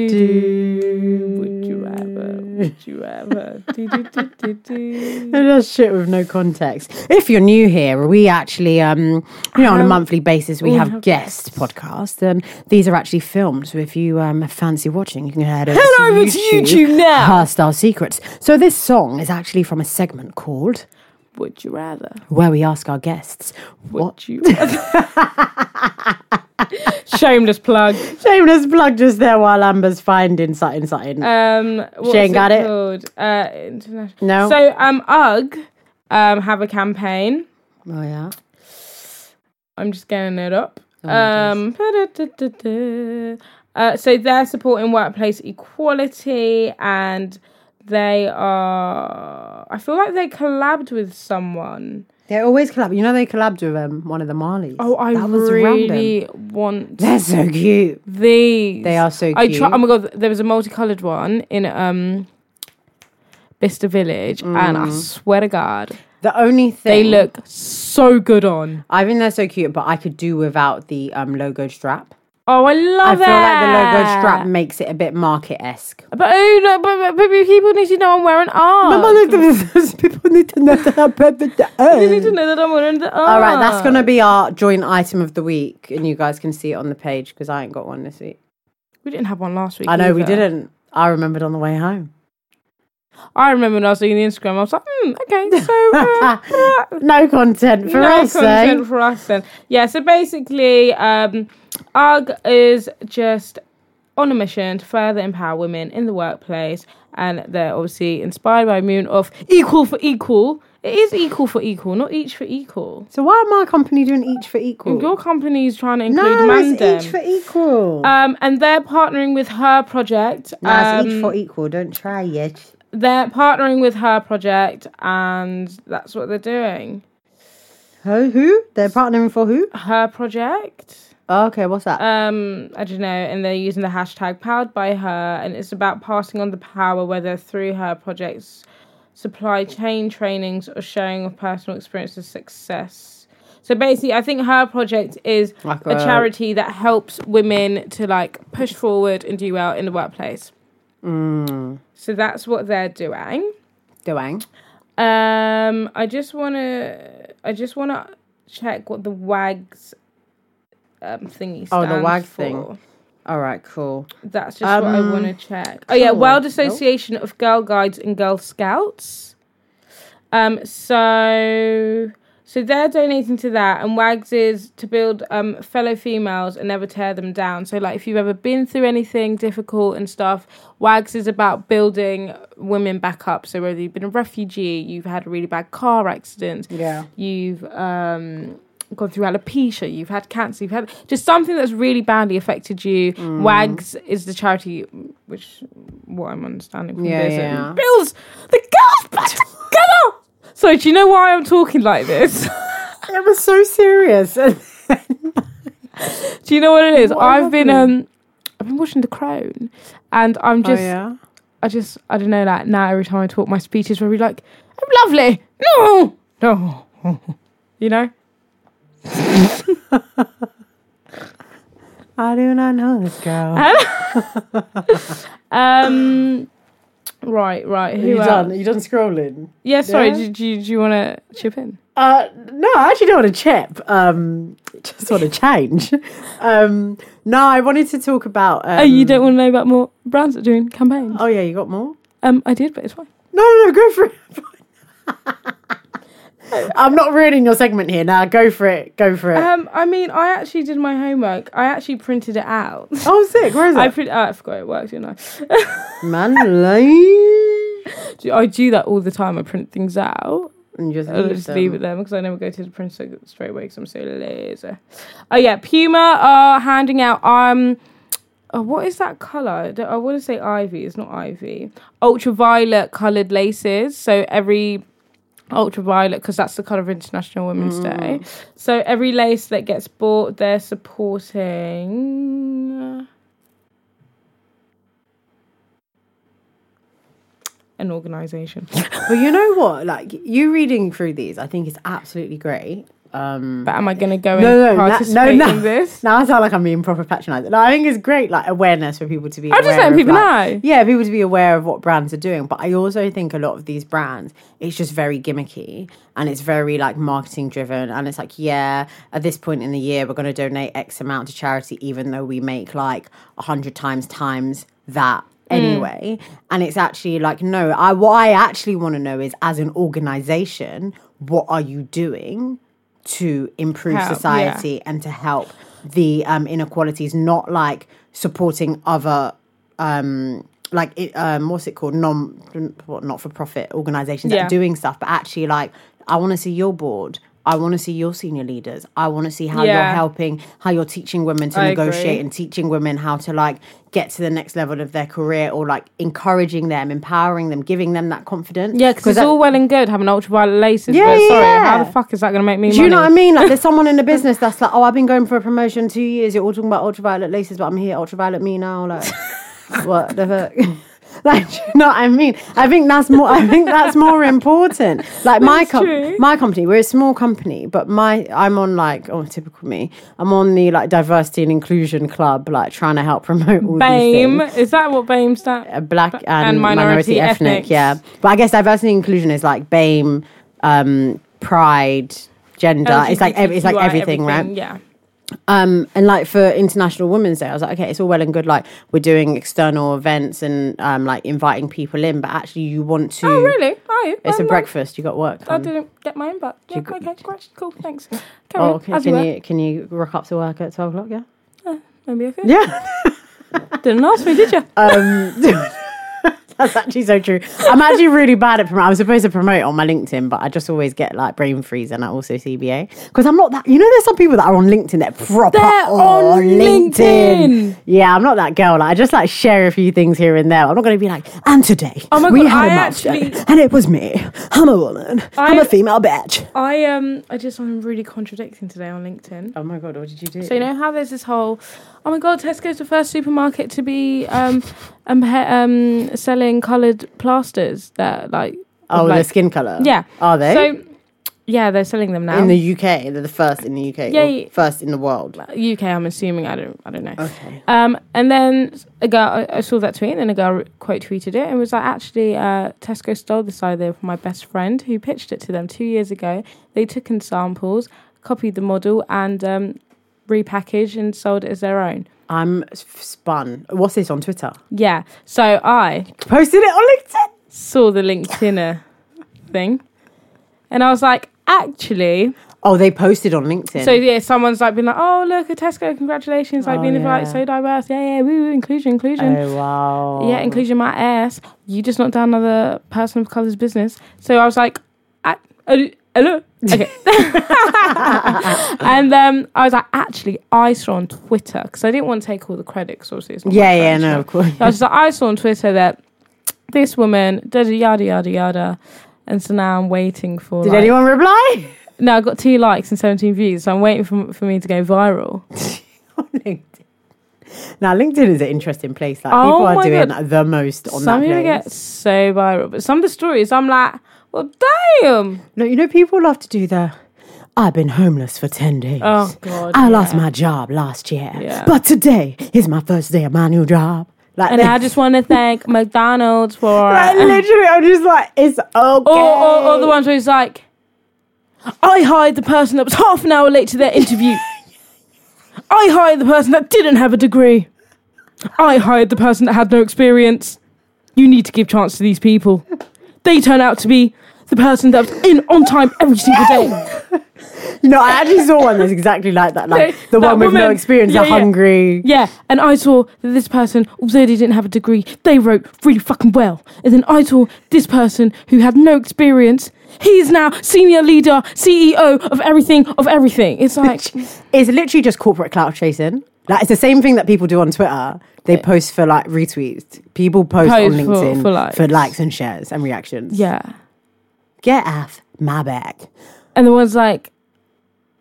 Do-do-do-do-do.
Would you rather? Would you rather? Do, do, do, do, do.
It does shit with no context. If you're new here, we actually, um, you know, on a monthly basis, we have guest podcasts, and these are actually filmed. So if you um, fancy watching, you can head over,
Head
to,
over to
YouTube,
YouTube now.
Past our secrets. So this song is actually from a segment called
Would you rather?
where we ask our guests what
Would you rather? <laughs> Shameless plug.
Shameless plug just there while Amber's finding something, something.
Um, what's
She ain't got it.
called? Uh, international.
No.
So um, UGG um have a campaign.
oh yeah.
I'm just getting it up.
Oh
um, da-da-da-da-da. Uh, so they're supporting workplace equality and they are. I feel like they collabed with someone.
They always collab. You know they collabed with um, one of the Marleys.
Oh, I
that was
really
random.
want
They're so cute.
these.
<laughs> They are so
I try.
cute.
Oh my god, there was a multicolored one in um, Bicester Village, and
Mm.
I swear to God,
The only thing
they look so good on.
I think they're so cute, but I could do without the um, logo strap.
Oh, I love
I
it.
feel like the logo strap makes it a bit market esque.
But oh no, but, but, but people need to know I'm wearing arms.
<laughs> People need to know that I'm perfect.
They need to know that I'm wearing the arms.
All right, that's gonna be our joint item of the week, and you guys can see it on the page because I ain't got one this week.
We didn't have one last week.
I know we
either.
didn't. I remembered on the way home.
I remember when I was doing the Instagram, I was like, hmm, okay,
<laughs>
so. uh, uh,
Ah, No content for
no
us,
content
eh?
for us then. Yeah, so basically, um, UGG is just on a mission to further empower women in the workplace, and they're obviously inspired by a moon of equal for equal. It is equal for equal, not each for equal.
So why am our company doing each for equal?
Your company is trying to include
no,
man
it's each for equal.
Um, and they're partnering with her project.
no, it's
um,
each for equal. Don't try yet.
They're partnering with her project, and that's what they're doing.
Who? Who? They're partnering for who?
Her project.
Oh, okay, what's that?
Um, I don't know, and they're using the hashtag powered by her, and it's about passing on the power, whether through her projects, supply chain trainings, or sharing of personal experience of success. So basically, I think her project is
Like
a
a-
charity that helps women to like push forward and do well in the workplace.
Mm.
So that's what they're doing.
Doang.
Um, I just wanna, I just wanna check what the wags um thingy.
Oh, the
stands
wag
for.
thing. All right, cool.
That's just what I
Um,
want to check. Oh yeah,
sure.
World
Nope.
Association of Girl Guides and Girl Scouts. Um, so so they're donating to that, and WAGS is to build um fellow females and never tear them down. So like, if you've ever been through anything difficult and stuff, WAGS is about building women back up. So whether you've been a refugee, you've had a really bad car accident,
Yeah.
you've um gone through alopecia, you've had cancer, you've had just something that's really badly affected you. Wags is the charity, which what I'm understanding from
Yeah,
this, it
yeah.
builds the girls back together. So do you know why I'm talking like this? <laughs>
It was so serious. <laughs>
do you know what it is?
What
I've been
happened?
um. I've been watching The Crown, and I'm just, I just, I don't know, like now every time I talk, my speeches will be like, "I'm lovely, no, no," <laughs> you know.
I do not know this girl.
<coughs> Um, Right, right.
Are you
Who
done? Are
else?
you done scrolling?
Yeah, sorry.
Yeah?
Do, do, you- do you want to chip in?
Uh, no, I actually don't want to chip. Um, <laughs> just want to change. Um, no, I wanted to talk about. Um,
oh, you don't want to know about more brands that are doing campaigns?
Oh yeah, you got more.
Um, I did, but it's fine.
No, no, no, go for it. <laughs> I'm not ruining your segment here. Now go for it. Go for it.
Um, I mean, I actually did my homework. I actually printed it out.
oh, sick. Where is it?
I print. Oh, I forgot it worked, didn't I?
Man, like-
Do- <laughs> I do that all the time. I print things out.
and just
I'll
leave
just
them.
leave it there because I never go to the printer straight away because I'm so lazy. Oh yeah, Puma are handing out um, oh, what is that color? I want to say ivy. It's not ivy. Ultraviolet coloured laces. So every ultraviolet because that's the color of International Women's Day. So every lace that gets bought, they're supporting. An <laughs> organization.
Well, you know what? Like you reading through these, I think is absolutely great. Um,
But am I going to go and
no, no,
participate
no, no,
in
<laughs> no.
this?
Now I sound like I'm being proper patronised. No, I think it's great, like awareness for people to be.
I'm just
aware
letting
of,
people
like-
know.
Yeah, people to be aware of what brands are doing. But I also think a lot of these brands, it's just very gimmicky and it's very like marketing driven. And it's like, yeah, at this point in the year, we're going to donate X amount to charity, even though we make like a hundred times times that
Hmm.
anyway. And it's actually like, no, I what I actually want to know is, as an organization, what are you doing? to improve
Help, yeah.
society and to help the um, inequalities, not like supporting other um, like it, um, what's it called non what not for profit organizations that
Yeah.
are doing stuff, but actually like I want to see your board. I want to see your senior leaders. I want to see how
Yeah.
you're helping, how you're teaching women to
I
negotiate
agree.
and teaching women how to like get to the next level of their career or like encouraging them, empowering them, giving them that confidence.
Yeah, because it's
that-
all well and good having ultraviolet laces,
Yeah,
but
yeah,
sorry, how
yeah.
the fuck is that going to make me
Do
money?
you know what I mean? Like, there's someone
<laughs>
in the business that's like, "Oh, I've been going for a promotion two years. You're all talking about ultraviolet laces, but I'm here, ultraviolet me now."
<laughs>
Like, what the fuck? <laughs> like, do you know what I mean? I think that's more. I think that's more important. Like my
That's true.
com- my company, we're a small company, but my I'm on like oh typical me. I'm on the like diversity and inclusion club, like trying to help promote all these things
BAME. Is that what BAME stands
a black and,
and minority
minority, ethnic,
ethnics.
yeah. But I guess diversity and inclusion is like BAME, um, pride, gender. It's like ev- it's like everything, right?
Yeah.
Um, and like for International Women's Day, I was like, okay, it's all well and good. Like we're doing external events and um, like inviting people in, but actually you want to.
Oh, really? Oh,
It's
well,
a
no,
breakfast. You got work.
I
on.
didn't get my own, but yeah,
got-
okay, great, cool, thanks. Carry
Oh,
on,
okay.
as you
Can
were.
you can you rock up to work at twelve o'clock? Yeah.
Maybe okay.
<laughs> Yeah. Uh,
Didn't ask me,
<laughs>
did you?
Um, That's actually so true. I'm actually really bad at promoting. I'm supposed to promote on my LinkedIn, but I just always get like brain freeze and I also CBA because I'm not that. You know, there's some people that are on LinkedIn that are proper
They're
on,
on
LinkedIn.
LinkedIn.
Yeah, I'm not that girl. Like, I just like share a few things here and there. I'm not going to be like, and today
Oh my
we
God,
had a
I
milestone,
actually-
and it was me. I'm a woman. I... am
I-
a female bitch.
I um, I just I'm really contradicting today on LinkedIn.
Oh my god, what did you do?
So you know how there's this whole, oh my god, Tesco's the first supermarket to be um, um, he- um selling coloured plasters that like
oh,
like,
the skin color.
yeah
are they
So yeah, they're selling them now.
in the UK? They're the first in the UK.
Yeah,
or
yeah.
first in the world.
UK, I'm assuming. I don't. I don't know.
Okay.
Um, and then a girl, I, I saw that tweet, and then a girl quote tweeted it and was like, "Actually, uh, Tesco stole this idea from my best friend who pitched it to them two years ago. They took in samples, copied the model, and um, repackaged and sold it as their own."
I'm s- spun. What's this on Twitter?
Yeah. So I
Posted it on LinkedIn.
saw the LinkedIn uh, thing, and I was like, "Actually."
Oh, they posted on LinkedIn.
So yeah, someone's like been like, "Oh look, a Tesco, congratulations! Like
Oh,
being invited,
yeah.
so diverse. Yeah, yeah, woo, woo, inclusion, inclusion.
oh wow.
Yeah, inclusion my ass. You just knocked down another person of colour's business. So I was like, I, uh, hello?
<laughs>
Okay. and um, I was like, actually, I saw on Twitter, because I didn't want to take all the credit, 'cause obviously it's not my
Yeah, yeah,
friend's
no,
job.
of course.
I was just like, I saw on Twitter that this woman, da- da- yada, yada, yada. And so now I'm waiting for.
Did
like-
anyone reply? <laughs>
No, I got two likes and 17 views. So I'm waiting for, for me to go viral.
on LinkedIn. Now LinkedIn is an interesting place. Like
Oh
people
my
are doing
God.
the most on
some
that
people
place.
get so viral, but some of the stories, I'm like, well, damn.
No, you know people love to do the. I've been homeless for ten days.
Oh, God.
I lost <laughs>
yeah.
my job last year,
Yeah.
but today is my first day of my new job. Like,
And I
<laughs>
just want to thank McDonald's for. <laughs>
like literally, I'm just like, it's okay.
Or, or, or the ones where he's like, I hired the person that was half an hour late to their interview. I hired the person that didn't have a degree. I hired the person that had no experience. You need to give chance to these people. They turn out to be the person that was in on time every single day.
No, I actually saw one that's exactly like
<laughs>
that. Like
Yeah,
the
that
one with no
woman.
experience,
Yeah,
they're
yeah.
hungry.
Yeah, and I saw that this person, although they didn't have a degree, they wrote really fucking well. And then I saw this person who had no experience. He is now senior leader, CEO of everything, of everything. It's like,
It's literally just corporate clout chasing. Like it's the same thing that people do on Twitter. They post for like retweets. People post,
Post
on
for-
LinkedIn
for
for,
likes.
likes. and shares and reactions.
yeah.
Get off my back.
And the one's like,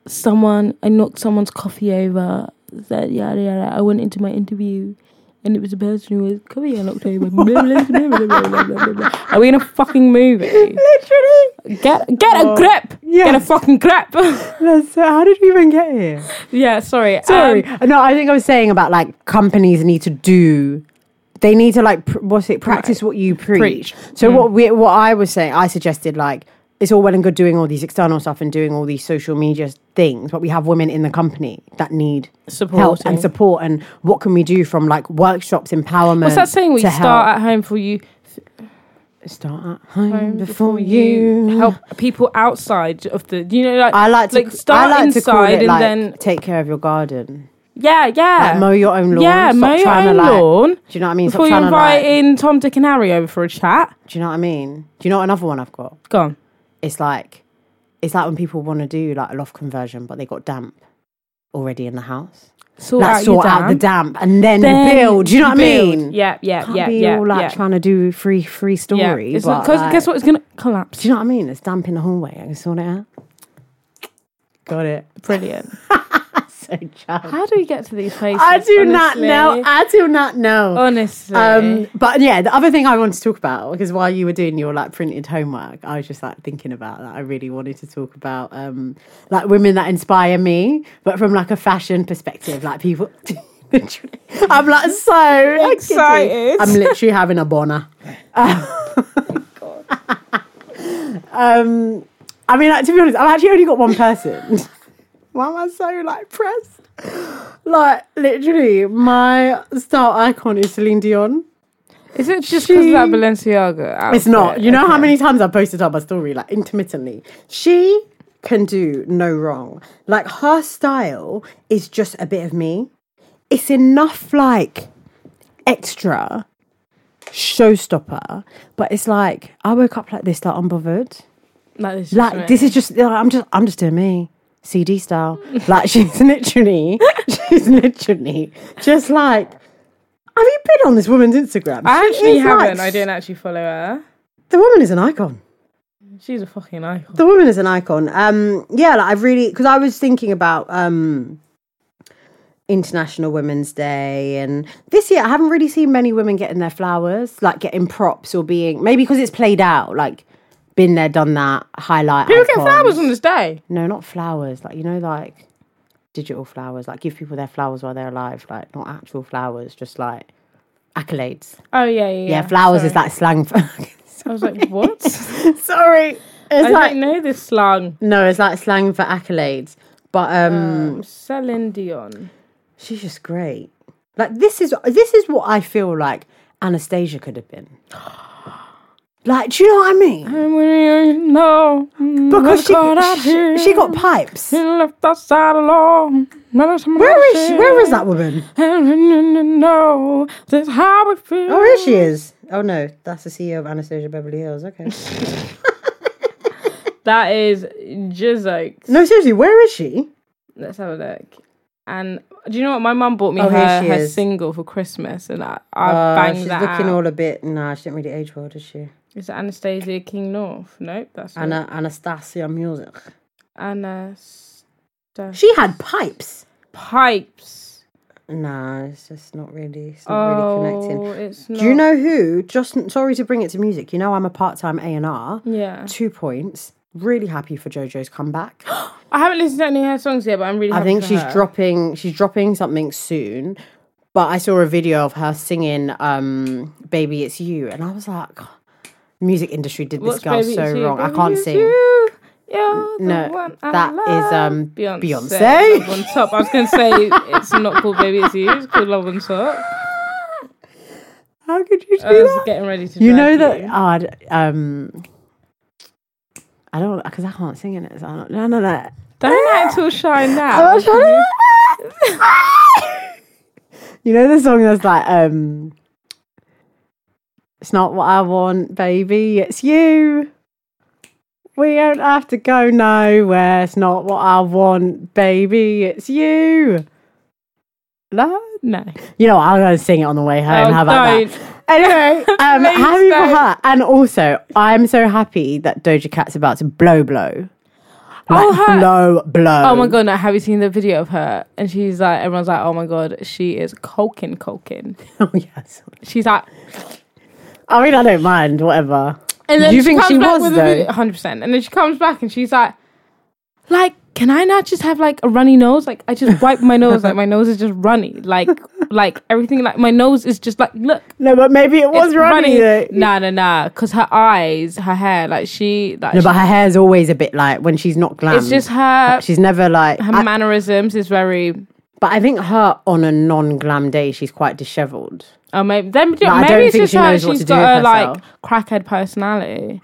someone, I knocked someone's coffee over, that yada yada. I went into my interview. And it was a person who was coffee I knocked over. Blah, blah, blah, blah, blah, blah, blah, blah. Are we in a fucking movie?
Literally.
Get get a grip. Get a
yes.
fucking grip.
<laughs>
<laughs>
That's so, how did we even get here?
yeah, sorry.
Sorry.
Um,
no, I think I was saying about like companies need to do. They need to like pr- what's it? Practice what you preach.
Preach. Mm.
So what we what I was saying, I suggested like it's all well and good doing all these external stuff and doing all these social media things, but we have women in the company that need help
Supporting.
and support. And what can we do from like workshops, empowerment?
what's that saying? We
to
start
help-
at home for you.
start at home, before you.
help people outside of the. You know, like
I like to
like start
I like
inside
to call it,
and
like,
then
take care of your garden.
yeah, yeah.
Like, mow your own lawn.
Yeah,
Stop
mow your
trying to,
own
like-
lawn.
Do you know what I mean? Stop
Before you
trying to, like-
invite in Tom, Dick, and Harry over for a chat.
Do you know what I mean? Do you know what another one I've got?
Go on.
It's like it's like when people want to do like a loft conversion, but they got damp already in the house.
Sort
Like
out your
sort out the
damn.
damp and then,
Then
you build. Do you know what
build.
I mean?
Yeah, yeah,
Can't
yeah,
be
yeah.
all like
yeah.
trying to do free free
yeah.
story.
It's
but,
not, 'cause
like,
guess what? It's gonna collapse.
Do you know what I mean? It's damp in the hallway. I can sort it out. Got it. <laughs>
Brilliant.
So childish.
How do we get to these places?
I do not
honestly? Oh,
know. I do not know.
Honestly.
Um, but yeah, the other thing I wanted to talk about because while you were doing your like printed homework, I was just like thinking about that. I really wanted to talk about um, like women that inspire me, but from like a fashion perspective, like people. <laughs> literally, I'm like so
Excited.
I'm literally having a <laughs> bonner. Oh, um, I mean, like to be honest, I've actually only got one person. <laughs> Why am I so like pressed? Like literally, my style icon is Celine Dion.
Is it just because of that
She-
Balenciaga outfit?
It's not. You know how many times I posted up my story, like intermittently. She can do no wrong. Like her style is just a bit of me. It's enough like extra showstopper, but it's like I woke up like this, like unbothered.
Like this.
Like this is just like, I'm just I'm just doing me. CD style. <laughs> Like she's literally she's literally just like have you been on this woman's Instagram?
I
She
actually
is, like,
haven't. I didn't actually follow her.
The woman is an icon.
She's a fucking icon.
The woman is an icon. Um, yeah, like I've really because I was thinking about um, International Women's Day, and this year I haven't really seen many women getting their flowers, like getting props or being maybe because it's played out, like been there, done that, highlight.
People get
icons.
flowers on this day.
No, not flowers. Like you know, like digital flowers. Like give people their flowers while they're alive. Like not actual flowers, just like accolades.
Oh yeah, yeah. Yeah,
Yeah, flowers
sorry.
is like slang for. <laughs>
I was like, what?
Sorry, it's
I
like
don't know this slang.
No, it's like slang for accolades. But um,
Um, Celine Dion.
she's just great. Like this is this is what I feel like Anastasia could have been. <gasps> Like, do you know what I mean?
No, Mm,
Because she,
got out here.
she, she got pipes.
Been left outside alone. Where is
Where is she? Where is that woman?
No, this is how it feels.
Oh, here she is. Oh no, that's the CEO of Anastasia Beverly Hills. Okay.
That is Jizzokes.
No, seriously, where is she?
Let's have a look. And do you know what? My mum bought me
Oh, here
her,
she
her
is.
single for Christmas, and I, I
Uh,
banged
she's
that
looking
out.
all a bit. Nah, she didn't really age well, did she?
Is it Anastasia King North? Nope, that's not.
Ana Anastasia Music.
Anastasia
She had pipes.
Pipes.
Nah, it's just not really. It's not really
Oh,
connecting.
it's not.
Do you know who? Just sorry to bring it to music. You know I'm a part-time A and R.
Yeah,
Two points. Really happy for
<gasps>
JoJo's comeback.
I haven't listened to any of her songs yet, but I'm really.
I
happy
think
for
she's
her.
dropping. She's dropping something soon. But I saw a video of her singing um, "Baby It's You," and I was like, "Music industry did this
What's
girl
Baby
so
It's You?
wrong. I
Baby
can't
It's
sing."
You. You're the
no,
one I
that is,
love.
um,
Beyonce.
Beyonce.
Love on top. I was gonna say it's not called Baby It's You. It's called Love on Top.
How could you do
I was getting ready to.
You
drag
know that odd. Um, I don't because I can't sing in it. So I don't, no, no, no.
Don't act all shy
<laughs>
now.
I'm not trying
<laughs>
to- you know the song that's like, um, "It's not what I want, baby. It's you. We don't have to go nowhere. It's not what I want, baby. It's you." No,
No.
you know what, I'm going to sing it on the way home.
Oh,
How about that?
don't. <laughs>
Anyway, um,
Please
happy for
don't.
her. And also, I'm so happy that Doja Cat's about to blow blow.
Oh,
Like,
her-
blow blow.
Oh my god, no, have you seen the video of her? And she's like, everyone's like, oh my god, she is coking, coking.
<laughs> oh yes.
She's like,
I mean, I don't mind. Whatever.
and then
Do you think she
back
was,
with a
though?
video- 100%. And then she comes back and she's like, like, can I not just have like a runny nose? Like, I just wipe my nose,
<laughs>
like, my nose is just runny. Like, like, everything, like, my nose is just like, look,
No, but maybe it was
it's
runny. though.
Nah, nah, nah. Because her eyes, her hair, like, she, like,
No, but her hair's always a bit like when she's not glam.
it's just her,
she's never like.
her
I-
mannerisms is very,
but I think her on a non-glam day, she's quite dishevelled.
Oh, maybe then maybe
I don't
it's
think
just
she
her.
knows what
She's
to do
got a
with
like
herself.
crackhead personality.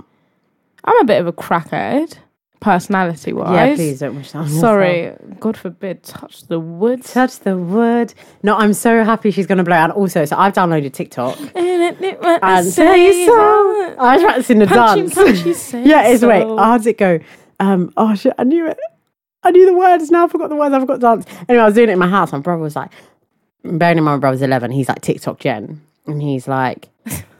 I'm a bit of a crackhead personality wise.
Yeah, please don't wish that. on yourself.
Sorry, God forbid, touch the wood.
Touch the wood. No, I'm so happy she's gonna blow. And also, so I've downloaded TikTok.
And
and say so. I was practicing the
Punchy,
dance.
punchy, say
<laughs> yeah, it's wait.
so.
How does it go? Um, oh shit, I knew it. I knew the words. Now I forgot the words. I forgot the dance. Anyway, I was doing it in my house. My brother was like, bearing in mind my brother's eleven, he's like TikTok Jen, and he's <laughs> like,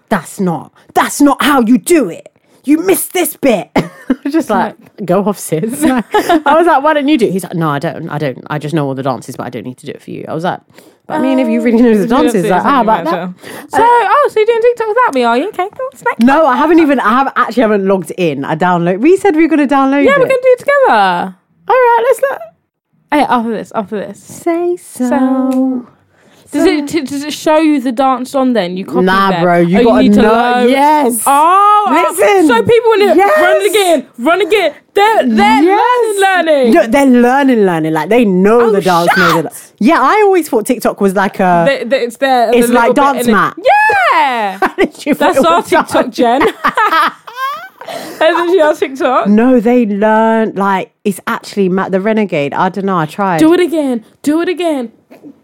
"That's not. That's not how you do it. You missed this bit." <laughs> I was Just like <laughs> go off, sis. Like, I was like, "Why don't you do?" it? He's like, "No, I don't. I don't. I just know all the dances, but I don't need to do it for you." I was like, "But I mean, Um, if you really know the dances, like, how about that?" Uh,
So, oh, so you're doing TikTok without me, are you? Okay, cool. Snack.
No, I haven't even. I have actually haven't logged in. I download. We said we were going to download.
Yeah,
it.
we're gonna do it together.
All right, let's look.
Hey, after this, after this.
Say so.
So- Does it t- does it show you the dance on? Then you copy
Nah,
them?
bro, you
Oh,
gotta
need to
know-
learn-
yes.
Oh, oh,
Listen.
So people in it
Yes.
run again, run again. They're they're
Yes.
learning, learning.
No, they're learning, learning. Like they know
Oh,
the dance. Know the,
shit.
yeah, I always thought TikTok was like a. <laughs>
They- they- it's their,
It's
the
like
little bit
dance
in it.
mat.
Yeah,
You thought
that's
<laughs> it
our
was dance.
TikTok, Jen. Isn't she our TikTok?
No, they learn like it's actually Matt the Renegade. I don't know. I tried
Do it again. Do it again.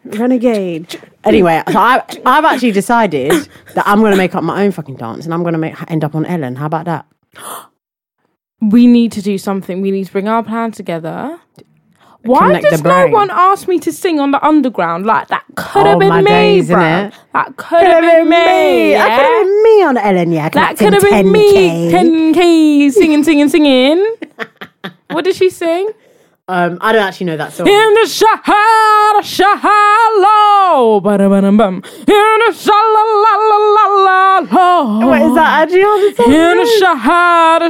Renegade. Anyway, so I, I've actually decided that I'm going to make up my own fucking dance, and I'm going to make end up on Ellen. How about that?
We need to do something. We need to bring our plan together. Why
Connect the
does no
brain.
one ask me to sing on the underground? Like that could have
Oh,
been
my
me,
days,
bro.
innit?
That could
Could
have
have
been, me.
I could
yeah?
have been me on Ellen. Yeah,
That could have been me. 10K singing, singing, singing. what did she sing?
Um, I don't actually know that song.
In the shahara shallow. Ba-da-ba-dum-bum. In the shalala
What Oh, is that actually how the song
In the
goes?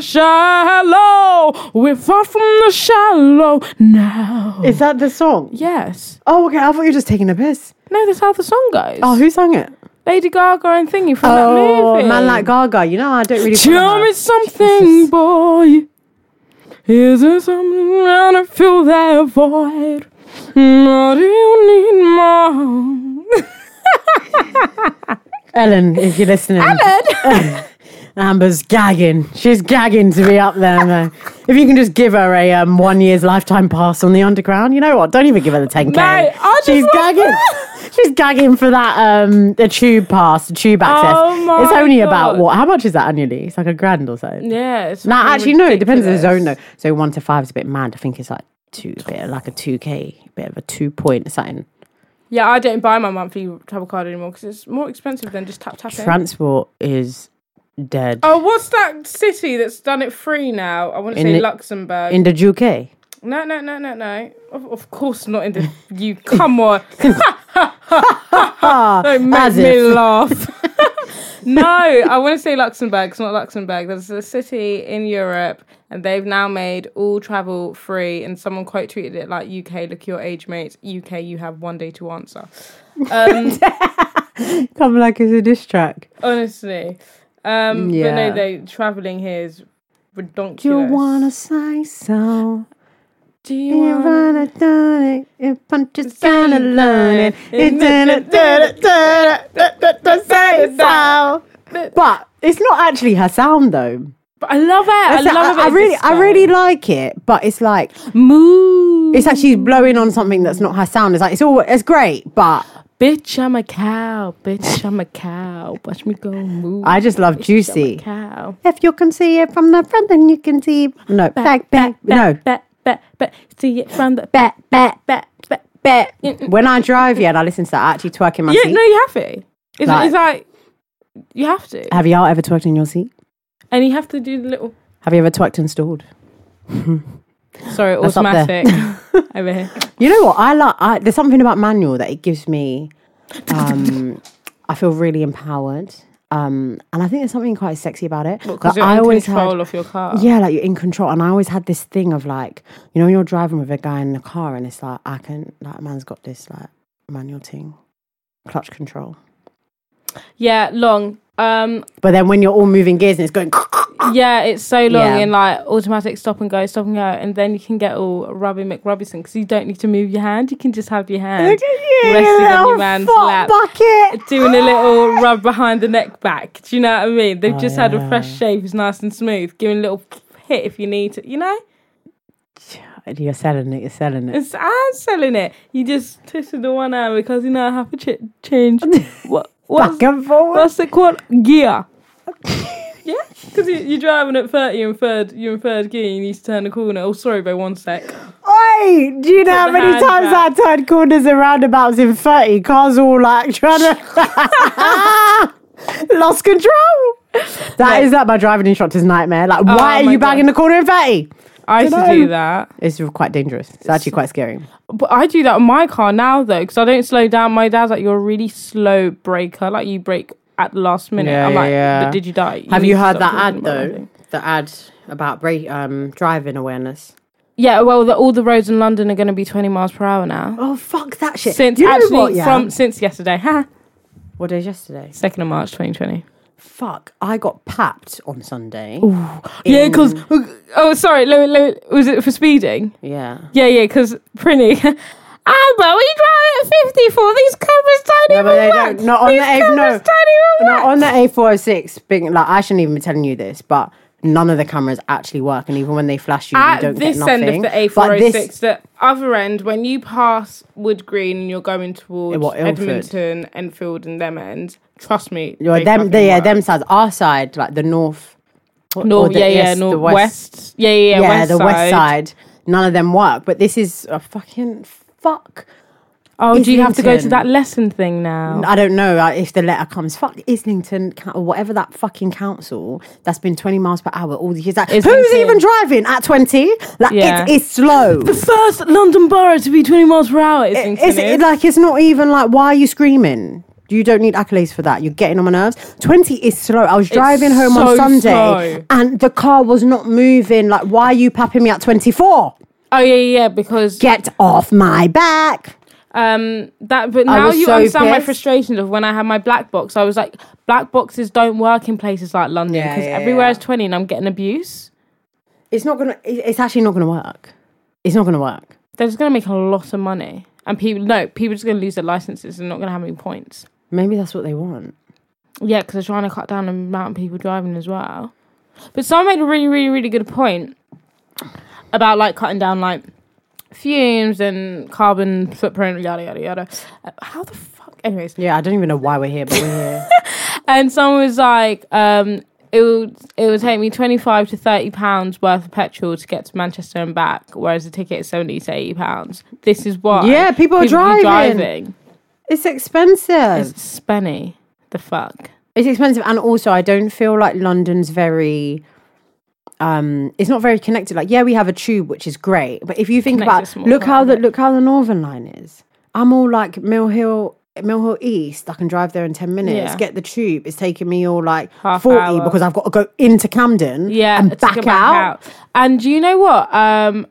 shahara shallow. We're far from the shallow now.
Is that the song?
Yes.
Oh, okay. I thought you were just taking a piss.
No, that's how the song goes.
Oh, who sang it?
Lady Gaga and Thingy from that
Oh,
movie.
man, like Gaga. You know, I don't really.
Tell
follow
me
her.
something,
Jesus.
boy. Is there something around to fill that void? Or do you need more?
Ellen, if you're listening. Ellen. <laughs> Amber's gagging. She's gagging to be up there, man. If you can just give her a um, one year's lifetime pass on the underground, you know what? Don't even give her the 10k.
Mate, I just
She's
want-
gagging. She's gagging for that um the tube pass, the tube access.
Oh my
it's only about
God.
what? How much is that annually? It's like a grand or so.
Yeah. it's
Nah,
fucking
actually, no. It depends on the
ridiculous.
zone, though. So one to five is a bit mad. I think it's like two, a bit like a two k, bit of a two point something.
Yeah, I don't buy my monthly travel card anymore because it's more expensive than just tap tapping.
Transport is dead
oh, what's that city that's done it free now? I want to
In
say
the-
Luxembourg.
in the UK. <laughs>
no, no, no, no, no. Of, of course not in the you. Come on. It made
As
me
if.
laugh. <laughs> no, I want to say Luxembourg. It's not Luxembourg. There's a city in Europe, and they've now made all travel free. And someone quote tweeted it like, "UK, look your age mates. UK, you have one day to answer." Um,
Come like it's a diss track.
honestly, um, but
Yeah.
no, they traveling here is ridiculous.
Do you wanna say so?
Do you
You
want?
wanna do it? If I'm just gonna
Say
learn it.
that. <laughs>
It's gonna do it, do it, do it, do it, say so. But it's not actually her sound though.
But I love it. I
That's it,
love it.
I,
It's
really, I
disco.
really like it, but it's like
move.
it's actually blowing on something that's not her sound. It's like it's all it's great, but
Bitch, I'm a cow. Bitch, I'm a cow. Watch me go move.
I just love
I'm a
juicy.
cow.
If you can see it from the front, then you can see no back, back, no
Bet, bet, bet. See it from the
back, back,
bet, bet.
back. When I drive, yeah, and I listen to that, I actually twerk in my
Yeah,
seat.
no, you have to. It's like,
Like-
it's like you have to,
Have y'all ever twerked in your seat?
and you have to do the little.
Have you ever twerked and stalled?
Sorry,
That's up there. <laughs>
automatic over here.
You know what? I like. I, there's something about manual that it gives me. Um, I feel really empowered, um, and I think there's something quite sexy about it.
Because
But
you're
I
in
always
control
had,
of your car.
yeah, like you're in control. And I always had this thing of like, you know, when you're driving with a guy in the car, and it's like, I can, like, man's got this like manual thing, clutch control.
yeah, long. Um,
But then when you're all moving gears and it's going, <laughs>
yeah, it's so long
Yeah.
and like automatic stop and go, stop and go, and then you can get all Robbie McRobinson because you don't need to move your hand. You can just have your hand
look at you,
resting on
little
your man's
fart
lap.
bucket,
doing a little rub behind the neck back. Do you know what I mean? They've
Oh,
just had a
yeah.
fresh shave, it's nice and smooth, giving a little hit if you need to. You know,
<gasps> You're selling it. You're selling it.
it's I'm selling it. You just twisted the one arm because you know I have to ch-
<laughs>
change. what what's,
Back and forward.
what's it called? Gear. <laughs> yeah, because you, you're driving at thirty and third, you're in third gear. You need to turn the corner. Oh, sorry, by one sec.
Oi! Do you know how
the
many
hand
times
back.
I turned corners and roundabouts in 30? Cars all like trying to. <laughs> Lost control. That is like, my driving instructor's nightmare. Like, why
Oh my
are you
God.
banging the corner in 30?
I used to
Dunno.
do that.
It's quite dangerous. It's actually quite scary.
But I do that on my car now though, because I don't slow down. My dad's like, "You're a really slow breaker. Like you break at the last minute."
Yeah,
I'm
yeah,
like,
yeah.
"But did you die?"
Have
need
you
to
heard
stop
that ad
talking about
though?
thing."
The ad about break, um, driving awareness.
Yeah. Well, the, all the roads in London are going to be 20 miles per hour now.
Oh, fuck that shit.
Since
you know
actually
what, yeah?
from since yesterday, <laughs> ha,
What day is yesterday?
second of March 2020.
Fuck. I got papped on Sunday.
Yeah, because oh, sorry, lo, lo, was it for speeding?
Yeah.
Yeah, yeah, because Prinny. <laughs> Ah, but we drive at 54. These cameras don't
No,
even
but they
work.
don't. Not on
These
the A- no.
cameras don't even
Now,
work.
on the A406, being, like I shouldn't even be telling you this, but none of the cameras actually work, and even when they flash you, you
at
don't
this
get
end
nothing.
of the
But
A406,
this-
the other end, when you pass Wood Green and you're going towards
What, Ilford?
Edmonton, Enfield, and them end, trust me,
well,
they
them,
fucking
the, yeah,
work.
them sides, our side, like the north, or- or
North,
the
yeah, yeah,
east,
north,
the
west. yeah, yeah, yeah,
yeah,
west
the
side.
west side. None of them work, but this is a fucking fuck.
Oh, do you have to go to
Islington.
that lesson thing now?
I don't know like, if the letter comes. Fuck Islington Coun- or whatever that fucking council that's been twenty miles per hour all these years. Like, who's
Islington.
even driving at twenty? Like
Yeah.
it is slow.
First London borough to be 20 miles per hour, Islington
It's it,
is.
like it's not even like why are you screaming? You don't need accolades for that. You're getting on my nerves. Twenty is slow. I was driving home
so
on Sunday
slow.
and the car was not moving. Like why are you papping me at twenty four?
oh, yeah, yeah, yeah, because
Get off my back.
Um, that but
I
now
was
you
so
understand my
pissed.
frustrations of when I had my black box. I was like, black boxes don't work in places like London
Yeah,
because
yeah,
everywhere
yeah.
is twenty and I'm getting abuse.
It's not gonna. it- It's actually not gonna work. It's not gonna work.
They're just gonna make a lot of money, and people no, people are just gonna lose their licenses and not gonna have any points.
Maybe that's what they want.
Yeah, because they're trying to cut down the amount of people driving as well. But someone made a really, really, really good point about like cutting down like fumes and carbon footprint, yada yada yada. Uh, How the fuck? Anyways,
Yeah, I don't even know why we're here, but
<laughs>
we're here.
and someone was like, um, it would it would take me twenty five to thirty pounds worth of petrol to get to Manchester and back, whereas the ticket is seventy to eighty pounds. This is why.
Yeah, people are
be
driving.
driving.
it's expensive.
It's spenny. The fuck.
it's expensive and also i don't feel like london's very um it's not very connected like yeah we have a tube which is great but if you think
Connects a
about
small
look
part
how
of
the
it.
look how the northern line is i'm all like mill hill Millhill East, I can drive there in 10 minutes,
Yeah.
get the tube. It's taking me all like
Half
40
hour.
because I've got to go into Camden
yeah,
and
to
back,
get
out.
And do you know what? Um,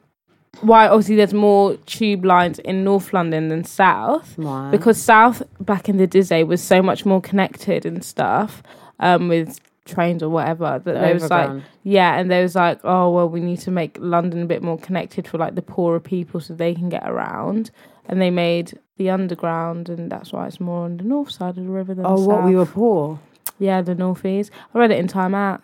why obviously there's more tube lines in North London than South
Why?
because South back in the day was so much more connected and stuff um, with trains or whatever that there was like
overground.
yeah and there was like oh well we need to make London a bit more connected for like the poorer people so they can get around and they made the underground and that's why it's more on the north side of the river than
Oh,
the
what? We were
south.
poor.
yeah the north east I read it in Time Out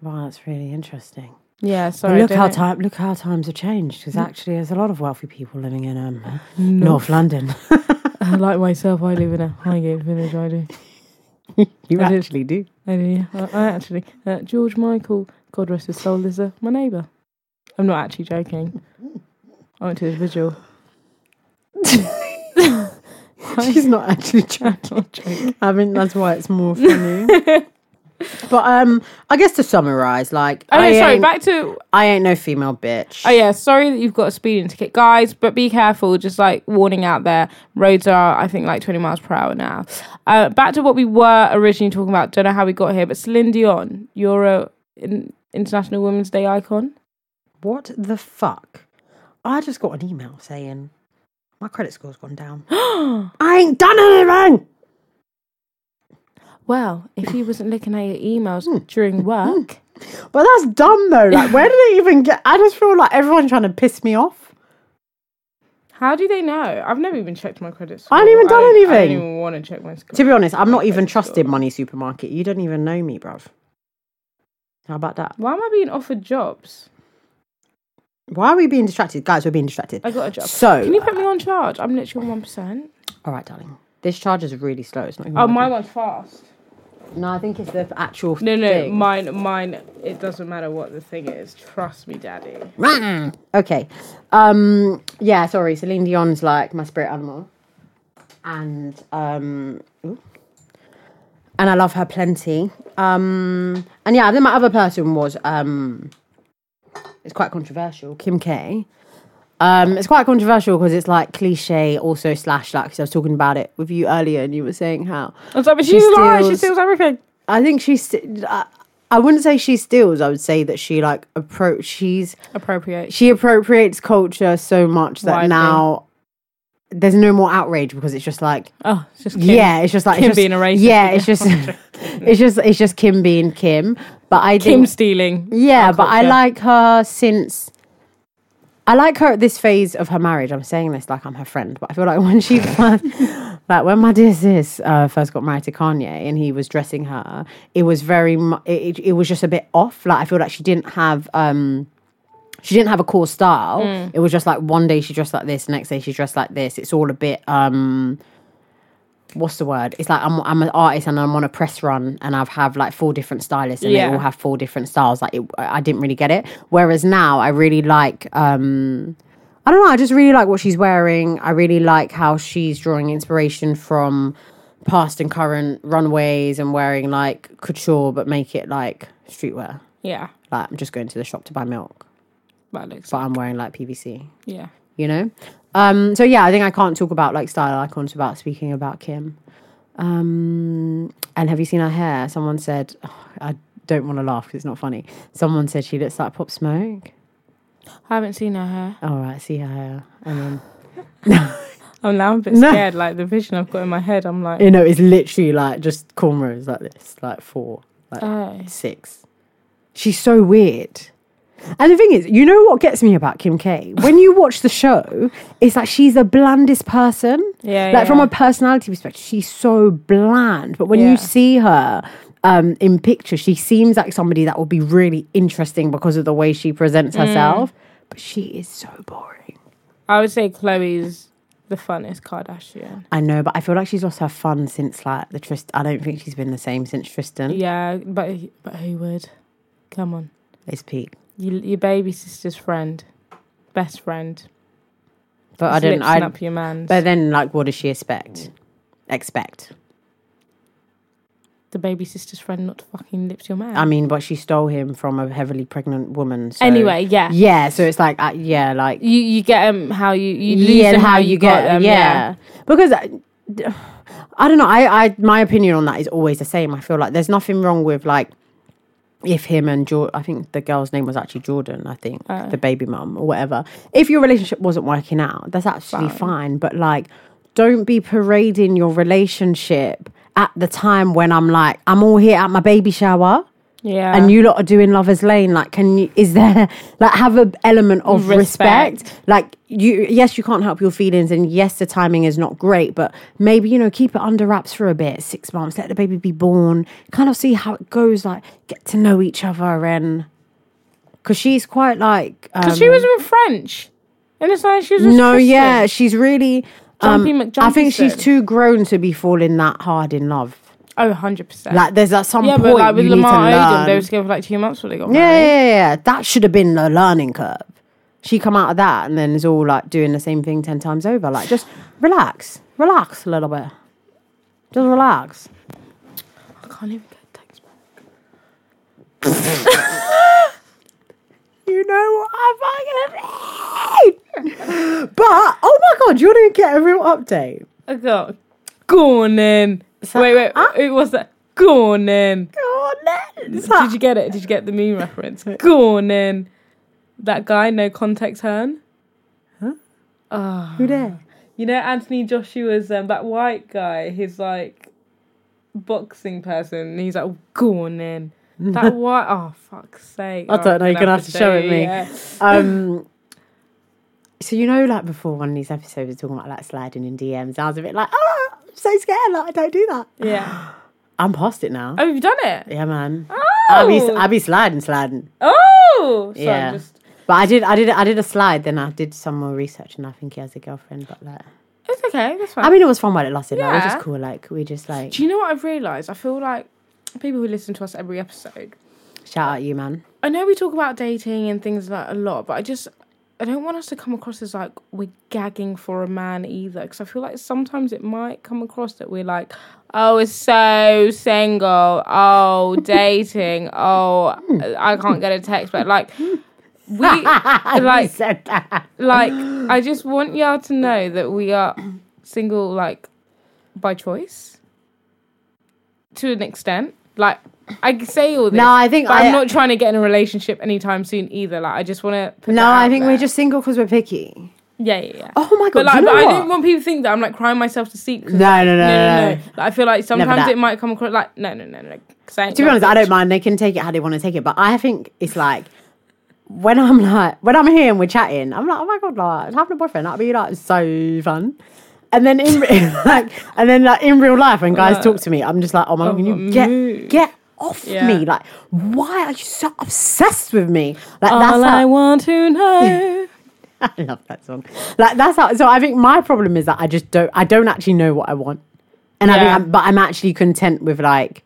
Wow, that's really interesting.
yeah sorry I
look
don't
how
know. Mm.
time look how times have changed because actually there's a lot of wealthy people living in um, North London.
<laughs> like myself, I live in a Highgate village. I do.
you
I did.
actually do.
I do. I, I actually. Uh, George Michael, God rest his soul, is uh, my neighbour. I'm not actually joking. I went to his vigil.
<laughs>
<laughs>
She's not actually
I'm
joking.
not joking.
I mean, that's why it's
<laughs>
more funny. but um, I guess to summarize, like,
Oh,
I,
yeah, sorry.
ain't,
Back to.
I ain't no female bitch.
Oh, yeah. Sorry that you've got a speeding ticket, guys, but be careful. Just like warning out there. Roads are, I think, like 20 miles per hour now. Uh, back to what we were originally talking about. Don't know how we got here, but Celine Dion, you're a in, International Women's Day icon.
What the fuck? I just got an email saying my credit score's
<gasps>
gone down. I ain't done anything.
Well, if you wasn't looking at your emails during work,
But that's dumb though. Like, where did it even get? I just feel like everyone's trying to piss me off.
how do they know? I've never even checked my credit score.
I haven't even
don't-
done
I don't
anything.
even want to check my score.
To be honest, I'm not
Okay,
even
sure.
trusting Money Supermarket. You don't even know me, bruv. How about that?
Why am I being offered jobs?
Why are we being distracted? Guys, we're being distracted.
I got a job.
So,
Can you put me on charge? I'm literally on one percent.
all right, darling. This charge is really slow. It's not even.
Oh,
working.
my one's fast.
No, I think it's the actual
No, no,
thing.
mine, mine. It doesn't matter what the thing is. Trust me, Daddy.
Rah! okay. Um, yeah, sorry. Celine Dion's like my spirit animal. And um, ooh. and I love her plenty. Um, and yeah, then my other person was um, it's quite controversial, Kim K. Um, it's quite controversial because it's like cliche, also slash like. Because I was talking about it with you earlier, and you were saying how
I was like, but
She
she's a liar. She
steals-
steals everything.
I think she. St- I, I wouldn't say she steals. I would say that she like approach. She's
Appropriate.
she appropriates culture so much that
Widely.
now there's no more outrage because it's just like
Oh, it's just Kim.
yeah, it's just like
Kim
it's just,
being a racist.
Yeah, it's
<laughs>
just <laughs> it's just it's just Kim being Kim. But I
Kim
think,
stealing.
yeah,
our
but I
culture.
like her since. I like her at this phase of her marriage. I'm saying this like I'm her friend, but I feel like when
<laughs>
she, like when my dear sis uh, first got married to Kanye and he was dressing her, it was very, mu- it, it, it was just a bit off. Like I feel like she didn't have, um, she didn't have a cool style. It was just like one day she dressed like this, next day she dressed like this. It's all a bit um what's the word? It's like I'm I'm an artist and I'm on a press run and I've have like four different stylists and
Yeah.
they all have four different styles. Like it, I I didn't really get it. Whereas now I really like um I don't know, I just really like what she's wearing. I really like how she's drawing inspiration from past and current runways and wearing like couture but make it like streetwear.
Yeah,
Like I'm just going to the shop to buy milk
that looks.
but I'm wearing like PVC,
Yeah.
you know? Um, so yeah, I think I can't talk about like style icons without speaking about Kim. Um, and have you seen her hair? Someone said, "Oh, I don't want to laugh because it's not funny. Someone said she looks like Pop Smoke.
I haven't seen her hair.
All right, see her hair. And then,
I'm Oh, now a bit
No.
scared. Like the vision I've got in my head, I'm like,
you know, it's literally like just cornrows like this, like four, like
oh,
six. She's so weird. And the thing is, you know what gets me about Kim K? When you watch the show, it's like she's the blandest person.
Yeah,
Like from
yeah.
a personality perspective, she's so bland. But when
Yeah.
you see her um, in pictures, she seems like somebody that would be really interesting because of the way she presents
Mm.
herself. But she is so boring.
I would say Chloe's the funnest Kardashian.
I know, but I feel like she's lost her fun since like the Tristan. I don't think she's been the same since Tristan.
Yeah, but but who would? Come on,
It's Pete.
you, your baby sister's friend, best friend.
But I don't.
Slips
I,
up your man's
but then, like, what does she expect? Expect.
the baby sister's friend not to fucking lips your man.
I mean, but she stole him from a heavily pregnant woman. So.
anyway, yeah.
Yeah, so it's like, uh, yeah, like,
You you get 'em how you you lose
yeah,
them
how you
got
get,
them.
yeah. Because uh, <sighs> I don't know. I, I my opinion on that is always the same. I feel like there's nothing wrong with like if him and Jordan, I think the girl's name was actually Jordan, I think,
Uh.
the baby mum or whatever. If your relationship wasn't working out, that's actually fine. But like, don't be parading your relationship at the time when I'm like, I'm all here at my baby shower
Yeah.
and you lot are doing lovers lane like can you is there <laughs> like have a element of respect.
Respect.
like you yes you can't help your feelings and yes the timing is not great but maybe you know keep it under wraps for a bit six months let the baby be born kind of see how it goes like get to know each other and because she's quite like um,
Because she was in French. And it's like she was just
no
Christian.
yeah she's really um,
Jumpy
i think she's
McJumpyson.
too grown to be falling that hard in love
Oh, 100%.
like there's at some
yeah,
point
but like with
you
Lamar
need to
Odom,
learn.
they were together for like two months before they got married.
Yeah, yeah, yeah, yeah. That should have been the learning curve. She come out of that and then is all like doing the same thing ten times over. Like just relax, relax a little bit. Just relax.
I can't even get a text back.
You know what I fucking hate. <laughs> But oh my god, you didn't get a real update.
I got Gornin. Wait, wait, it was that Gornin. Did you get it? Did you get the meme
<laughs>
reference? Gornin. That guy, no contact turn.
Who there?
You know Anthony Joshua's um, that white guy. He's like boxing person. And he's like
<laughs>
Gornin. That white. Oh fuck's sake!
I don't know,
I'm
you're gonna have to show it
you,
me.
yeah.
Um. So you know, like before one of these episodes, we're talking about like sliding in DMs. I was a bit like, oh, I'm so scared. Like I don't do that.
Yeah.
I'm past it now.
Oh, you've done it.
Yeah, man. I'll be,
Oh.
I'll be sliding, sliding.
Oh. So
yeah.
I'm just.
But I did, I did, I did a slide. Then I did some more research, and I think he has a girlfriend. But like,
It's okay. That's fine.
I mean, it was fun while it lasted. Like, it was
Yeah.
just cool. Like, we just like
Do you know what I've realised? I feel like people who listen to us every episode.
shout out you, man. <laughs>
I know we talk about dating and things like a lot, but I just I don't want us to come across as like we're gagging for a man either, because I feel like sometimes it might come across that we're like, oh, it's so single, oh, dating, oh, I can't get a text, but like. We like
Said that. <gasps>
like I just want y'all to know that we are single like by choice to an extent. Like I say all this.
No, I think
but
I-
I'm not trying to get in a relationship anytime soon either. Like I just want to.
No, I think we're just single because we're picky.
yeah, yeah, yeah.
Oh my god!
but like,
do you know
but
what?
I don't want people to think that I'm like crying myself to sleep. 'cause,
No,
like,
no, no, no, no.
Like, I feel like sometimes
that.
it might come across like no, no, no, no. 'cause I ain't
to be
got
honest, I
bitch.
don't mind. They can take it how they want to take it. But I think it's like when I'm like when I'm here and we're chatting, I'm like, oh my god, like having a boyfriend, that'd be like so fun. And then in re- <laughs> like, and then like in real life, when guys talk to me, I'm just like, oh mm-hmm. my god, can you
I've
get
got mood.
get off
Yeah.
me? Like, why are you so obsessed with me? Oh, Like
All
that's
I
how,
want
<laughs>
to know.
I, love that song. Like that's how. So I think my problem is that I just don't. I don't actually know what I want, and I think,
Yeah.
I'm, but I'm actually content with like.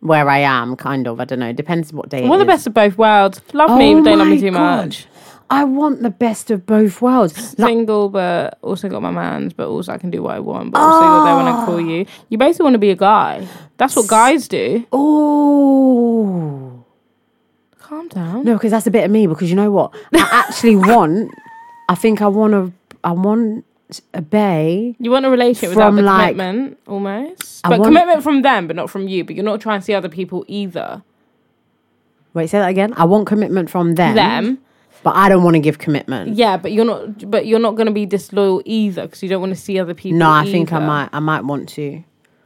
Where I am, kind of, I don't know. Depends what day. it
Well, the
is.
best of both worlds. Love me,
Oh
but don't love
my
me too
God.
much.
I want the best of both worlds. Like,
single, but also got my man's, but also I can do what I want, but also they want
Ah.
to call you. You basically want to be a guy. That's what guys do.
oh
Calm down.
no, because that's a bit of me. Because you know what, I
<laughs>
actually want. I think I want a. I want a bay.
You want a relationship without
From,
the
like-
commitment, almost. But
want-
commitment from them, but not from you. But you're not trying to see other people either.
Wait, say that again. I want commitment from them,
Them,
but I don't want to give commitment.
yeah, but you're not. But you're not going to be disloyal either because you don't want to see other people.
No, I think I
either.
might. I might want to.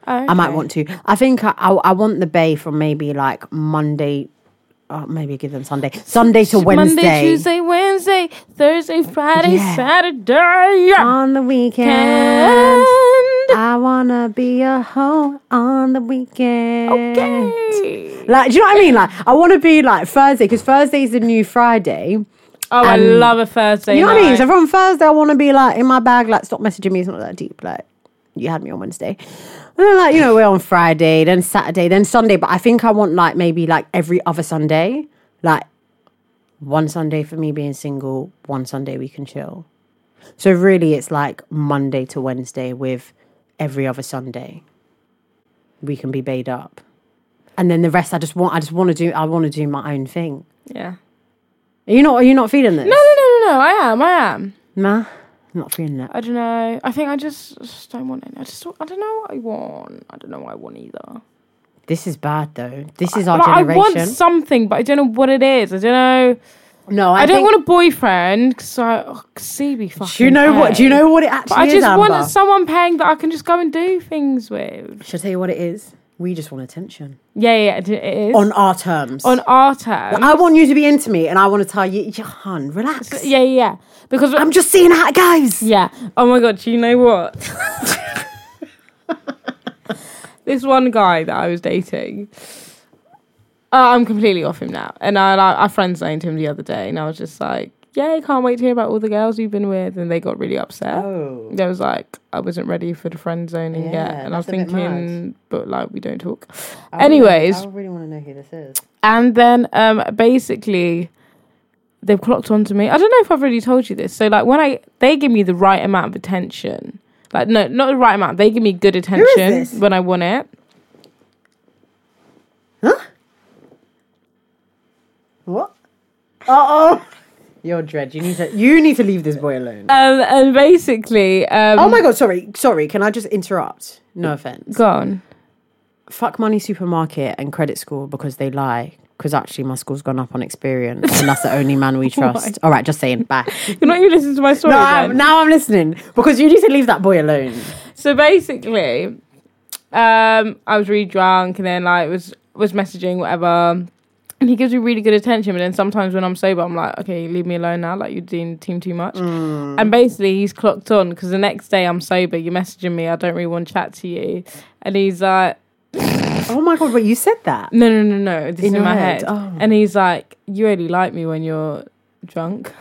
Oh,
I might
okay.
want to. I think I, I, I want the bay from maybe like Monday. Oh, maybe give them Sunday. Sunday to Wednesday.
Monday, Tuesday, Wednesday, Thursday, Friday,
Yeah.
Saturday.
on the weekend.
And
I wanna be a hoe on the weekend.
okay.
Like, do you know what I mean? Like, I want to be like Thursday because Thursday is the new Friday.
Oh, I love a Thursday.
You know what I mean?
night.
So from Thursday, I want to be like in my bag. Like, stop messaging me. It's not that deep. Like, you had me on Wednesday. And then like, you know, we're on Friday, then Saturday, then Sunday. But I think I want like maybe like every other Sunday, like one Sunday for me being single, one Sunday we can chill. So really, it's like Monday to Wednesday with every other Sunday. We can be baited up, and then the rest. I just want. I just want to do. I want to do my own thing.
yeah.
Are you not? Are you not feeling this?
No, no, no, no, no. I am. I am.
Nah. I'm not feeling that.
I don't know. I think I just, just don't want any. I just don't, I don't know what I want. I don't know what I want either.
This is bad though. This is our
Like, I want
generation.
something, but I don't know what it is. I don't know.
no, I,
I, don't
think-
want a boyfriend because I oh, CB fucking.
Do you know what? Do you know what it actually
But I
is?
just
Amber?
want someone paying that I can just go and do things with.
Shall I tell you what it is? We just want attention
Yeah, yeah, it it is
on our terms.
on our terms.
I want you to be into me, and I want to tell you, "Yeah, hun, relax.
yeah, yeah, yeah, because
I'm just seeing how it goes.
Yeah. Oh my god, do you know
<laughs>
what? this one guy that I was dating. Uh, I'm completely off him now. And I like I friend zoned him the other day and I was just like, Yeah, can't wait to hear about all the girls you've been with and they got really upset.
Oh.
There was like I wasn't ready for the friend zoning yet.
Yeah,
And I was
that's a bit mad. Oh,
thinking but like we don't talk. Anyways,
I really want to know who this is.
and then um basically they've clocked onto me. I don't know if I've already told you this. So like when I they give me the right amount of attention. Like no, not the right amount. They give me good attention
this?
when I want it.
What? Uh oh. You're dread. You need to. You need to leave this boy alone.
Um, and basically, um,
oh my god. Sorry. Sorry. Can I just interrupt? No offense.
gone.
Fuck money supermarket and credit score because they lie. Because actually, my score's gone up on experience, and that's the only
<laughs>
man we trust. All right, just saying. Bye.
You're not even listening to my story.
No,
then.
I'm, now I'm listening because you need to leave that boy alone.
so basically, um, I was really drunk and then like was was messaging whatever, and he gives me really good attention. But then sometimes when I'm sober, I'm like, okay, leave me alone now. Like you're doing team too much. And basically, he's clocked on because the next day I'm sober. You're messaging me. I don't really want to chat to you. And he's like,
Oh my god, but you said that.
no, no, no, no. This is
your
in my
head?
head.
Oh.
And he's like, you only like me when you're drunk.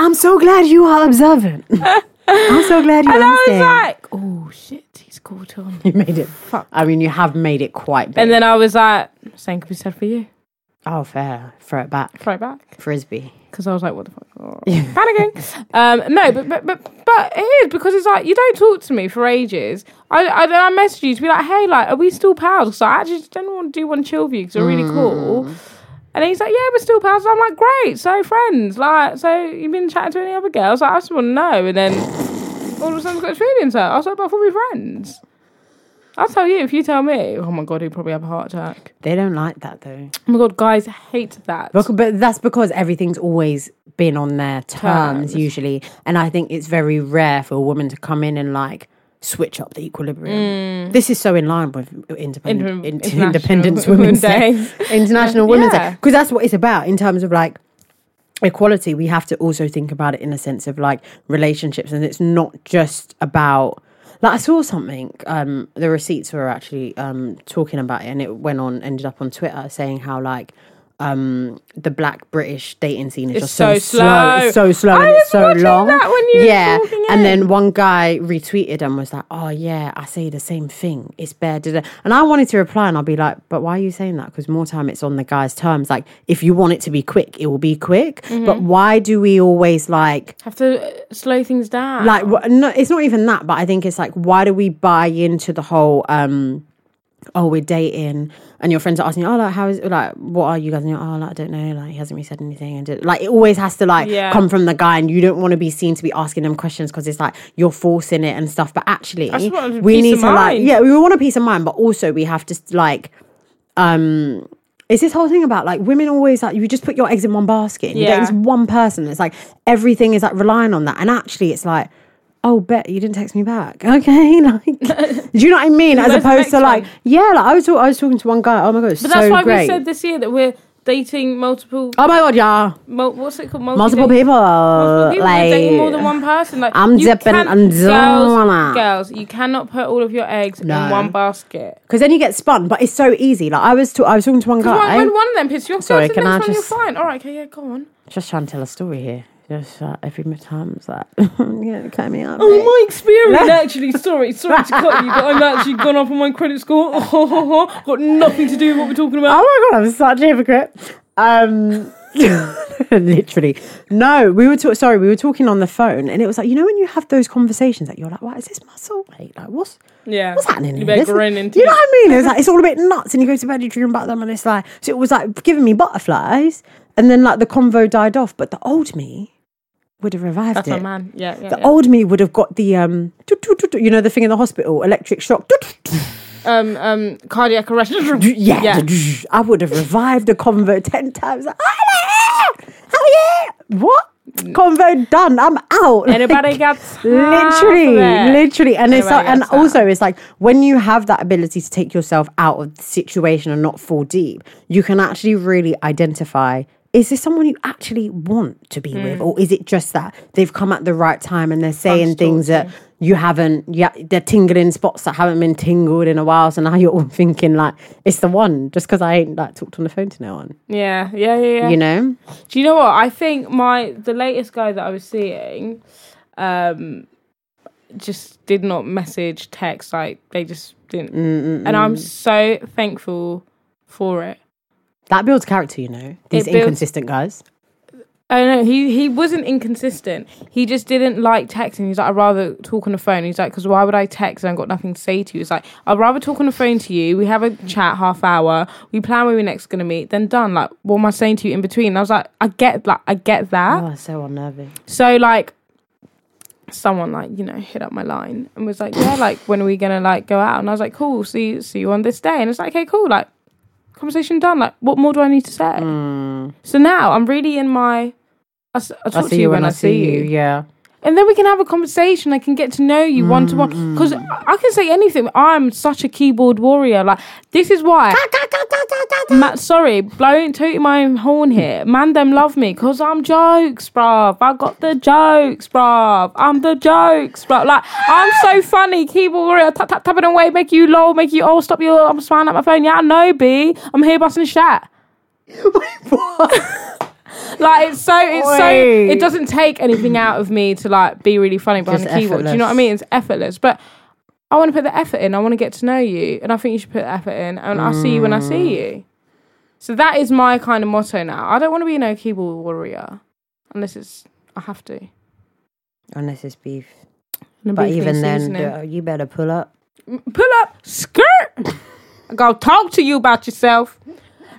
I'm so glad you are observant. I'm so glad you
<laughs> And I was
understand.
like, oh shit, he's caught on.
you made it. I mean, you have made it quite big.
And then I was like, same could be said for you.
oh, fair. Throw it back.
Right back.
Frisbee.
because I was like, what the fuck? Oh, <laughs> panicking. Um, no, but, but but but it is because it's like you don't talk to me for ages. I I, then I message you to be like, hey, like, are we still pals? So I actually just don't want to do one chill with you because you're really cool. And he's like, yeah, we're still pals. I'm like, great, so friends. Like, so you've been chatting to any other girls? Like, I just want to know. And then all of a sudden, I've got his feelings hurt. I was like, but I thought we were friends. I'll tell you if you tell me. Oh my god, he'd probably have a heart attack.
They don't like that though.
Oh my god, guys hate that.
Bec- But that's because everything's always been on their terms, usually. And I think it's very rare for a woman to come in and like switch up the equilibrium. This is so in line with
Inter-
independent, in-
International
Independence Women's Day.
Women's
International Women's Day.
Yeah.
Because that's what it's about in terms of like equality. We have to also think about it in a sense of like relationships. And it's not just about. Like I saw something, um, the receipts were actually um, talking about it, and it went on, ended up on Twitter saying how like um, the Black British dating scene is
It's
just so,
so
slow.
slow.
it's so slow,
I
and it's
was
so
watching
long.
that when you were
yeah,
talking
and
it.
then and one guy retweeted and was like, "Oh yeah, I say the same thing. It's bad." da, da." And I wanted to reply and I'll be like, "But why are you saying that? Because more time it's on the guy's terms. Like, if you want it to be quick, it will be quick. But why do we always like
have to uh, slow things down.
like wh- no it's not even that but i think it's like why do we buy into the whole um oh we're dating and your friends are asking you, oh like how is like what are you guys and you're, oh like i don't know like he hasn't really said anything and did-" like it always has to like
Yeah.
come from the guy and you don't want to be seen to be asking them questions because it's like you're forcing it and stuff but actually
just want a
we
peace
need
of
to like
mind.
yeah we want a peace of mind but also we have to like um it's this whole thing about like women always like you just put your eggs in one basket and you
Yeah.
don't one person. It's like everything is like relying on that. And actually, it's like, oh, bet you didn't text me back. <laughs>
<laughs>
Okay, like, do you know what I mean? As
Where's the
opposed to
next
like,
one?
yeah, like I was, talk- I was talking to one guy. Oh my god, it's
but
so
that's why
great.
we said this year that we're dating multiple.
oh my god, yeah,
Mul- what's it called? Multi-
multiple
dating-
people,
Multiple people. We're dating more than
like.
one person. Like
I'm
you
dipping,
can't-
I'm doing
girls,
it.
girls, you cannot put all of your eggs
No.
in one basket.
Because then you get spun, but it's so easy. Like I was, ta- I was talking to one
When,
guy.
when one of them pisses you off,
Sorry,
sorry, the
can
next
I
one
just-
you're fine. All right, okay, yeah, go on.
Just trying to tell a story here. Just uh, every time it's like, <laughs> yeah, cut me out. mate.
Oh, my experience actually. Sorry, sorry to cut you, but I'm actually gone up on my credit score. <laughs> Got nothing to do with what we're talking about.
Oh my god, I'm such a hypocrite. Um, <laughs> literally, no. We were talk- sorry. We were talking on the phone, and it was like you know when you have those conversations that you're like, "Why is this muscle? Wait, like what's
Yeah,
what's happening?
You
here?
better
This-
grin into
you know what I mean? It's like it's all a bit nuts, and you go to bed, you dream about them, and it's like so. It was like giving me butterflies, and then like the convo died off, but the old me would have revived
That's
it.
my man. Yeah, yeah.
The
yeah.
old me would have got the um, toot, toot, toot, toot, you know, the thing in the hospital, electric shock. toot, toot, toot,
Um, um, cardiac arrest.
toot, <laughs> Yeah,
yeah.
I would have revived the convo ten times. Like, "Oh, yeah! Oh, yeah! What convo done? I'm out. <laughs>
Anybody
Like,
got time
literally,
for that?
literally, and it's
Anybody
like, and
got time?
also it's like when you have that ability to take yourself out of the situation and not fall deep, you can actually really identify. Is this someone you actually want to be
Hmm.
with, or is it just that they've come at the right time and they're saying things that you haven't? Yeah, they're tingling spots that haven't been tingled in a while. So now you're all <laughs> thinking like it's the one, just because I ain't like talked on the phone to no one.
Yeah, yeah, yeah, yeah.
You know,
Do you know what? I think my the latest guy that I was seeing, um, just did not message, text. Like they just didn't,
Mm,
and I'm so thankful for it.
that builds character. You know, these
builds-
inconsistent guys.
I don't know. He he wasn't inconsistent. He just didn't like texting. He's like, I'd rather talk on the phone. He's like, because why would I text? and I've got nothing to say to you. It's like, I'd rather talk on the phone to you. We have a chat half hour. We plan where we're next gonna meet. Then done. Like, what am I saying to you in between? And I was like, I get like I get that.
Oh, so unnerving.
So like someone like, you know, hit up my line and was like, Yeah, like when are we gonna like go out? And I was like, Cool, see you see you on this day. And it's like, okay, cool, like conversation done. Like what more do I need to say? So now I'm really in my I, s- Hmm. I talk to you when, I see you.
Yeah.
And then we can have a conversation. I can get to know you one to one. Because I can say anything. I'm such a keyboard warrior. Like, this is why. Ma- sorry, blowing tooting my own horn here. Man, them love me because I'm jokes, bruv. I got the jokes, bruv. I'm the jokes, bruv. Like, I'm so funny. Keyboard warrior, tap, tap, tapping away, make you lol, make you, oh, stop you, I'm smiling at my phone. Yeah, I know, B. I'm here busting chat.
<laughs>
Like it's so it's
Oi.
so it doesn't take anything out of me to like be really funny behind
Just
the keyboard. Do you know what I
effortless.
mean? It's effortless. But I want to put the effort in. I want to get to know you, and I think you should put the effort in. And I'll see you when I
Mm.
see you. So that is my kind of motto now. I don't want to be no keyboard warrior unless it's I have to.
Unless it's beef.
And
But
beef needs
even then,
seasoning.
uh, you better pull up.
pull up, skirt.
<laughs>
I go talk to you about yourself.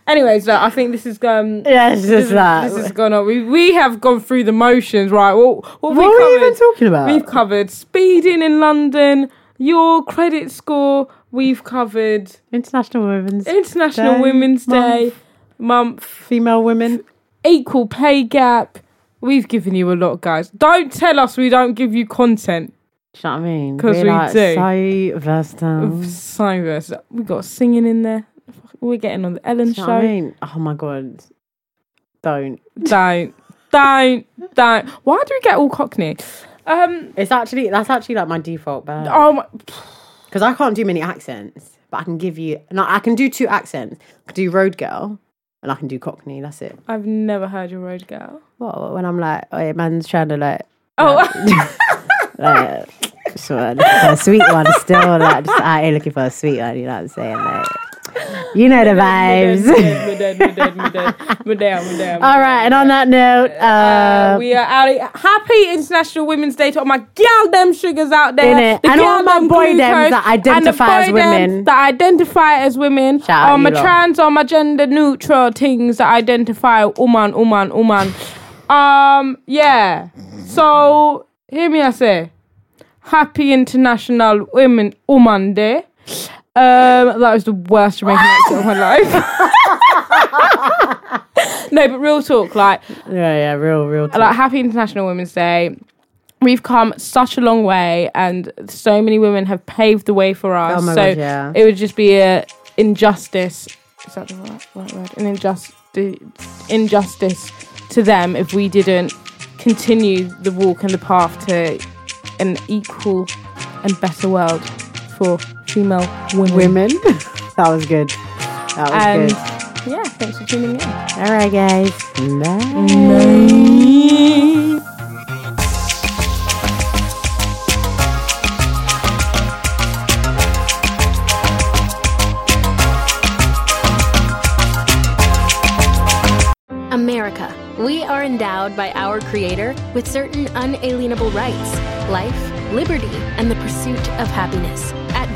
Anyways, look, I think this is um
Yeah, it's just that.
This has gone on. We we have gone through the motions, right? What what, have we
What are we
covered?
even talking about?
We've covered speeding in London, your credit score. We've covered
International Women's
International
Day,
Women's
month.
Day, month,
Female women.
equal pay gap. We've given you a lot, guys. Don't tell us we don't give you content.
Do you know what I mean?
'Cause
Be
we
like,
do.
"Say verse down." Do
Cyrus, we got singing in there. We're getting on the Ellen
you know what I
show.
mean? Oh my god. Don't.
Don't, don't, don't. Why do we get all Cockney? Um.
It's actually that's actually like my default bad.
Oh my.
Because I can't do many accents, but I can give you no, I can do two accents. I can do road girl and I can do cockney, that's it.
I've never heard your road girl.
What when I'm like, oh yeah, man's trying to like
Oh,
like, <laughs> so uh, looking for a sweet one still. Like, just out here looking for a sweet one. You know what I'm saying? Like, you know the vibes. <laughs>
We're dead, we're dead, we're dead, we're dead, we're down, we're down.
All right, and on that note,
Uh,
uh,
we are out. here. Happy International Women's Day to all my gal them sugars out there,
Innit?
The
And
gal
all my
them
boy
glucose,
dems that
and the
identify as
boy dems
women.
that identify as women.
Shout out
all my
you lot.
trans, all my gender neutral things that identify woman, woman, woman. Um, yeah. So hear me, I say, Happy International Women Woman Day. Um, that was the worst Jamaican accent of my life. <laughs> no, but real talk, like
yeah, yeah, real, real. Talk.
like happy international women's day we've come such a long way and so many women have paved the way for us
Oh my
so
God, yeah.
it would just be a injustice is that the right, right word an injustice injustice to them if we didn't continue the walk and the path to an equal and better world for female women,
Women. <laughs> that was good. That was
and
good.
yeah thanks for tuning in
All right, guys. Bye.
America. We are endowed by our Creator with certain unalienable rights life, liberty, and the pursuit of happiness. At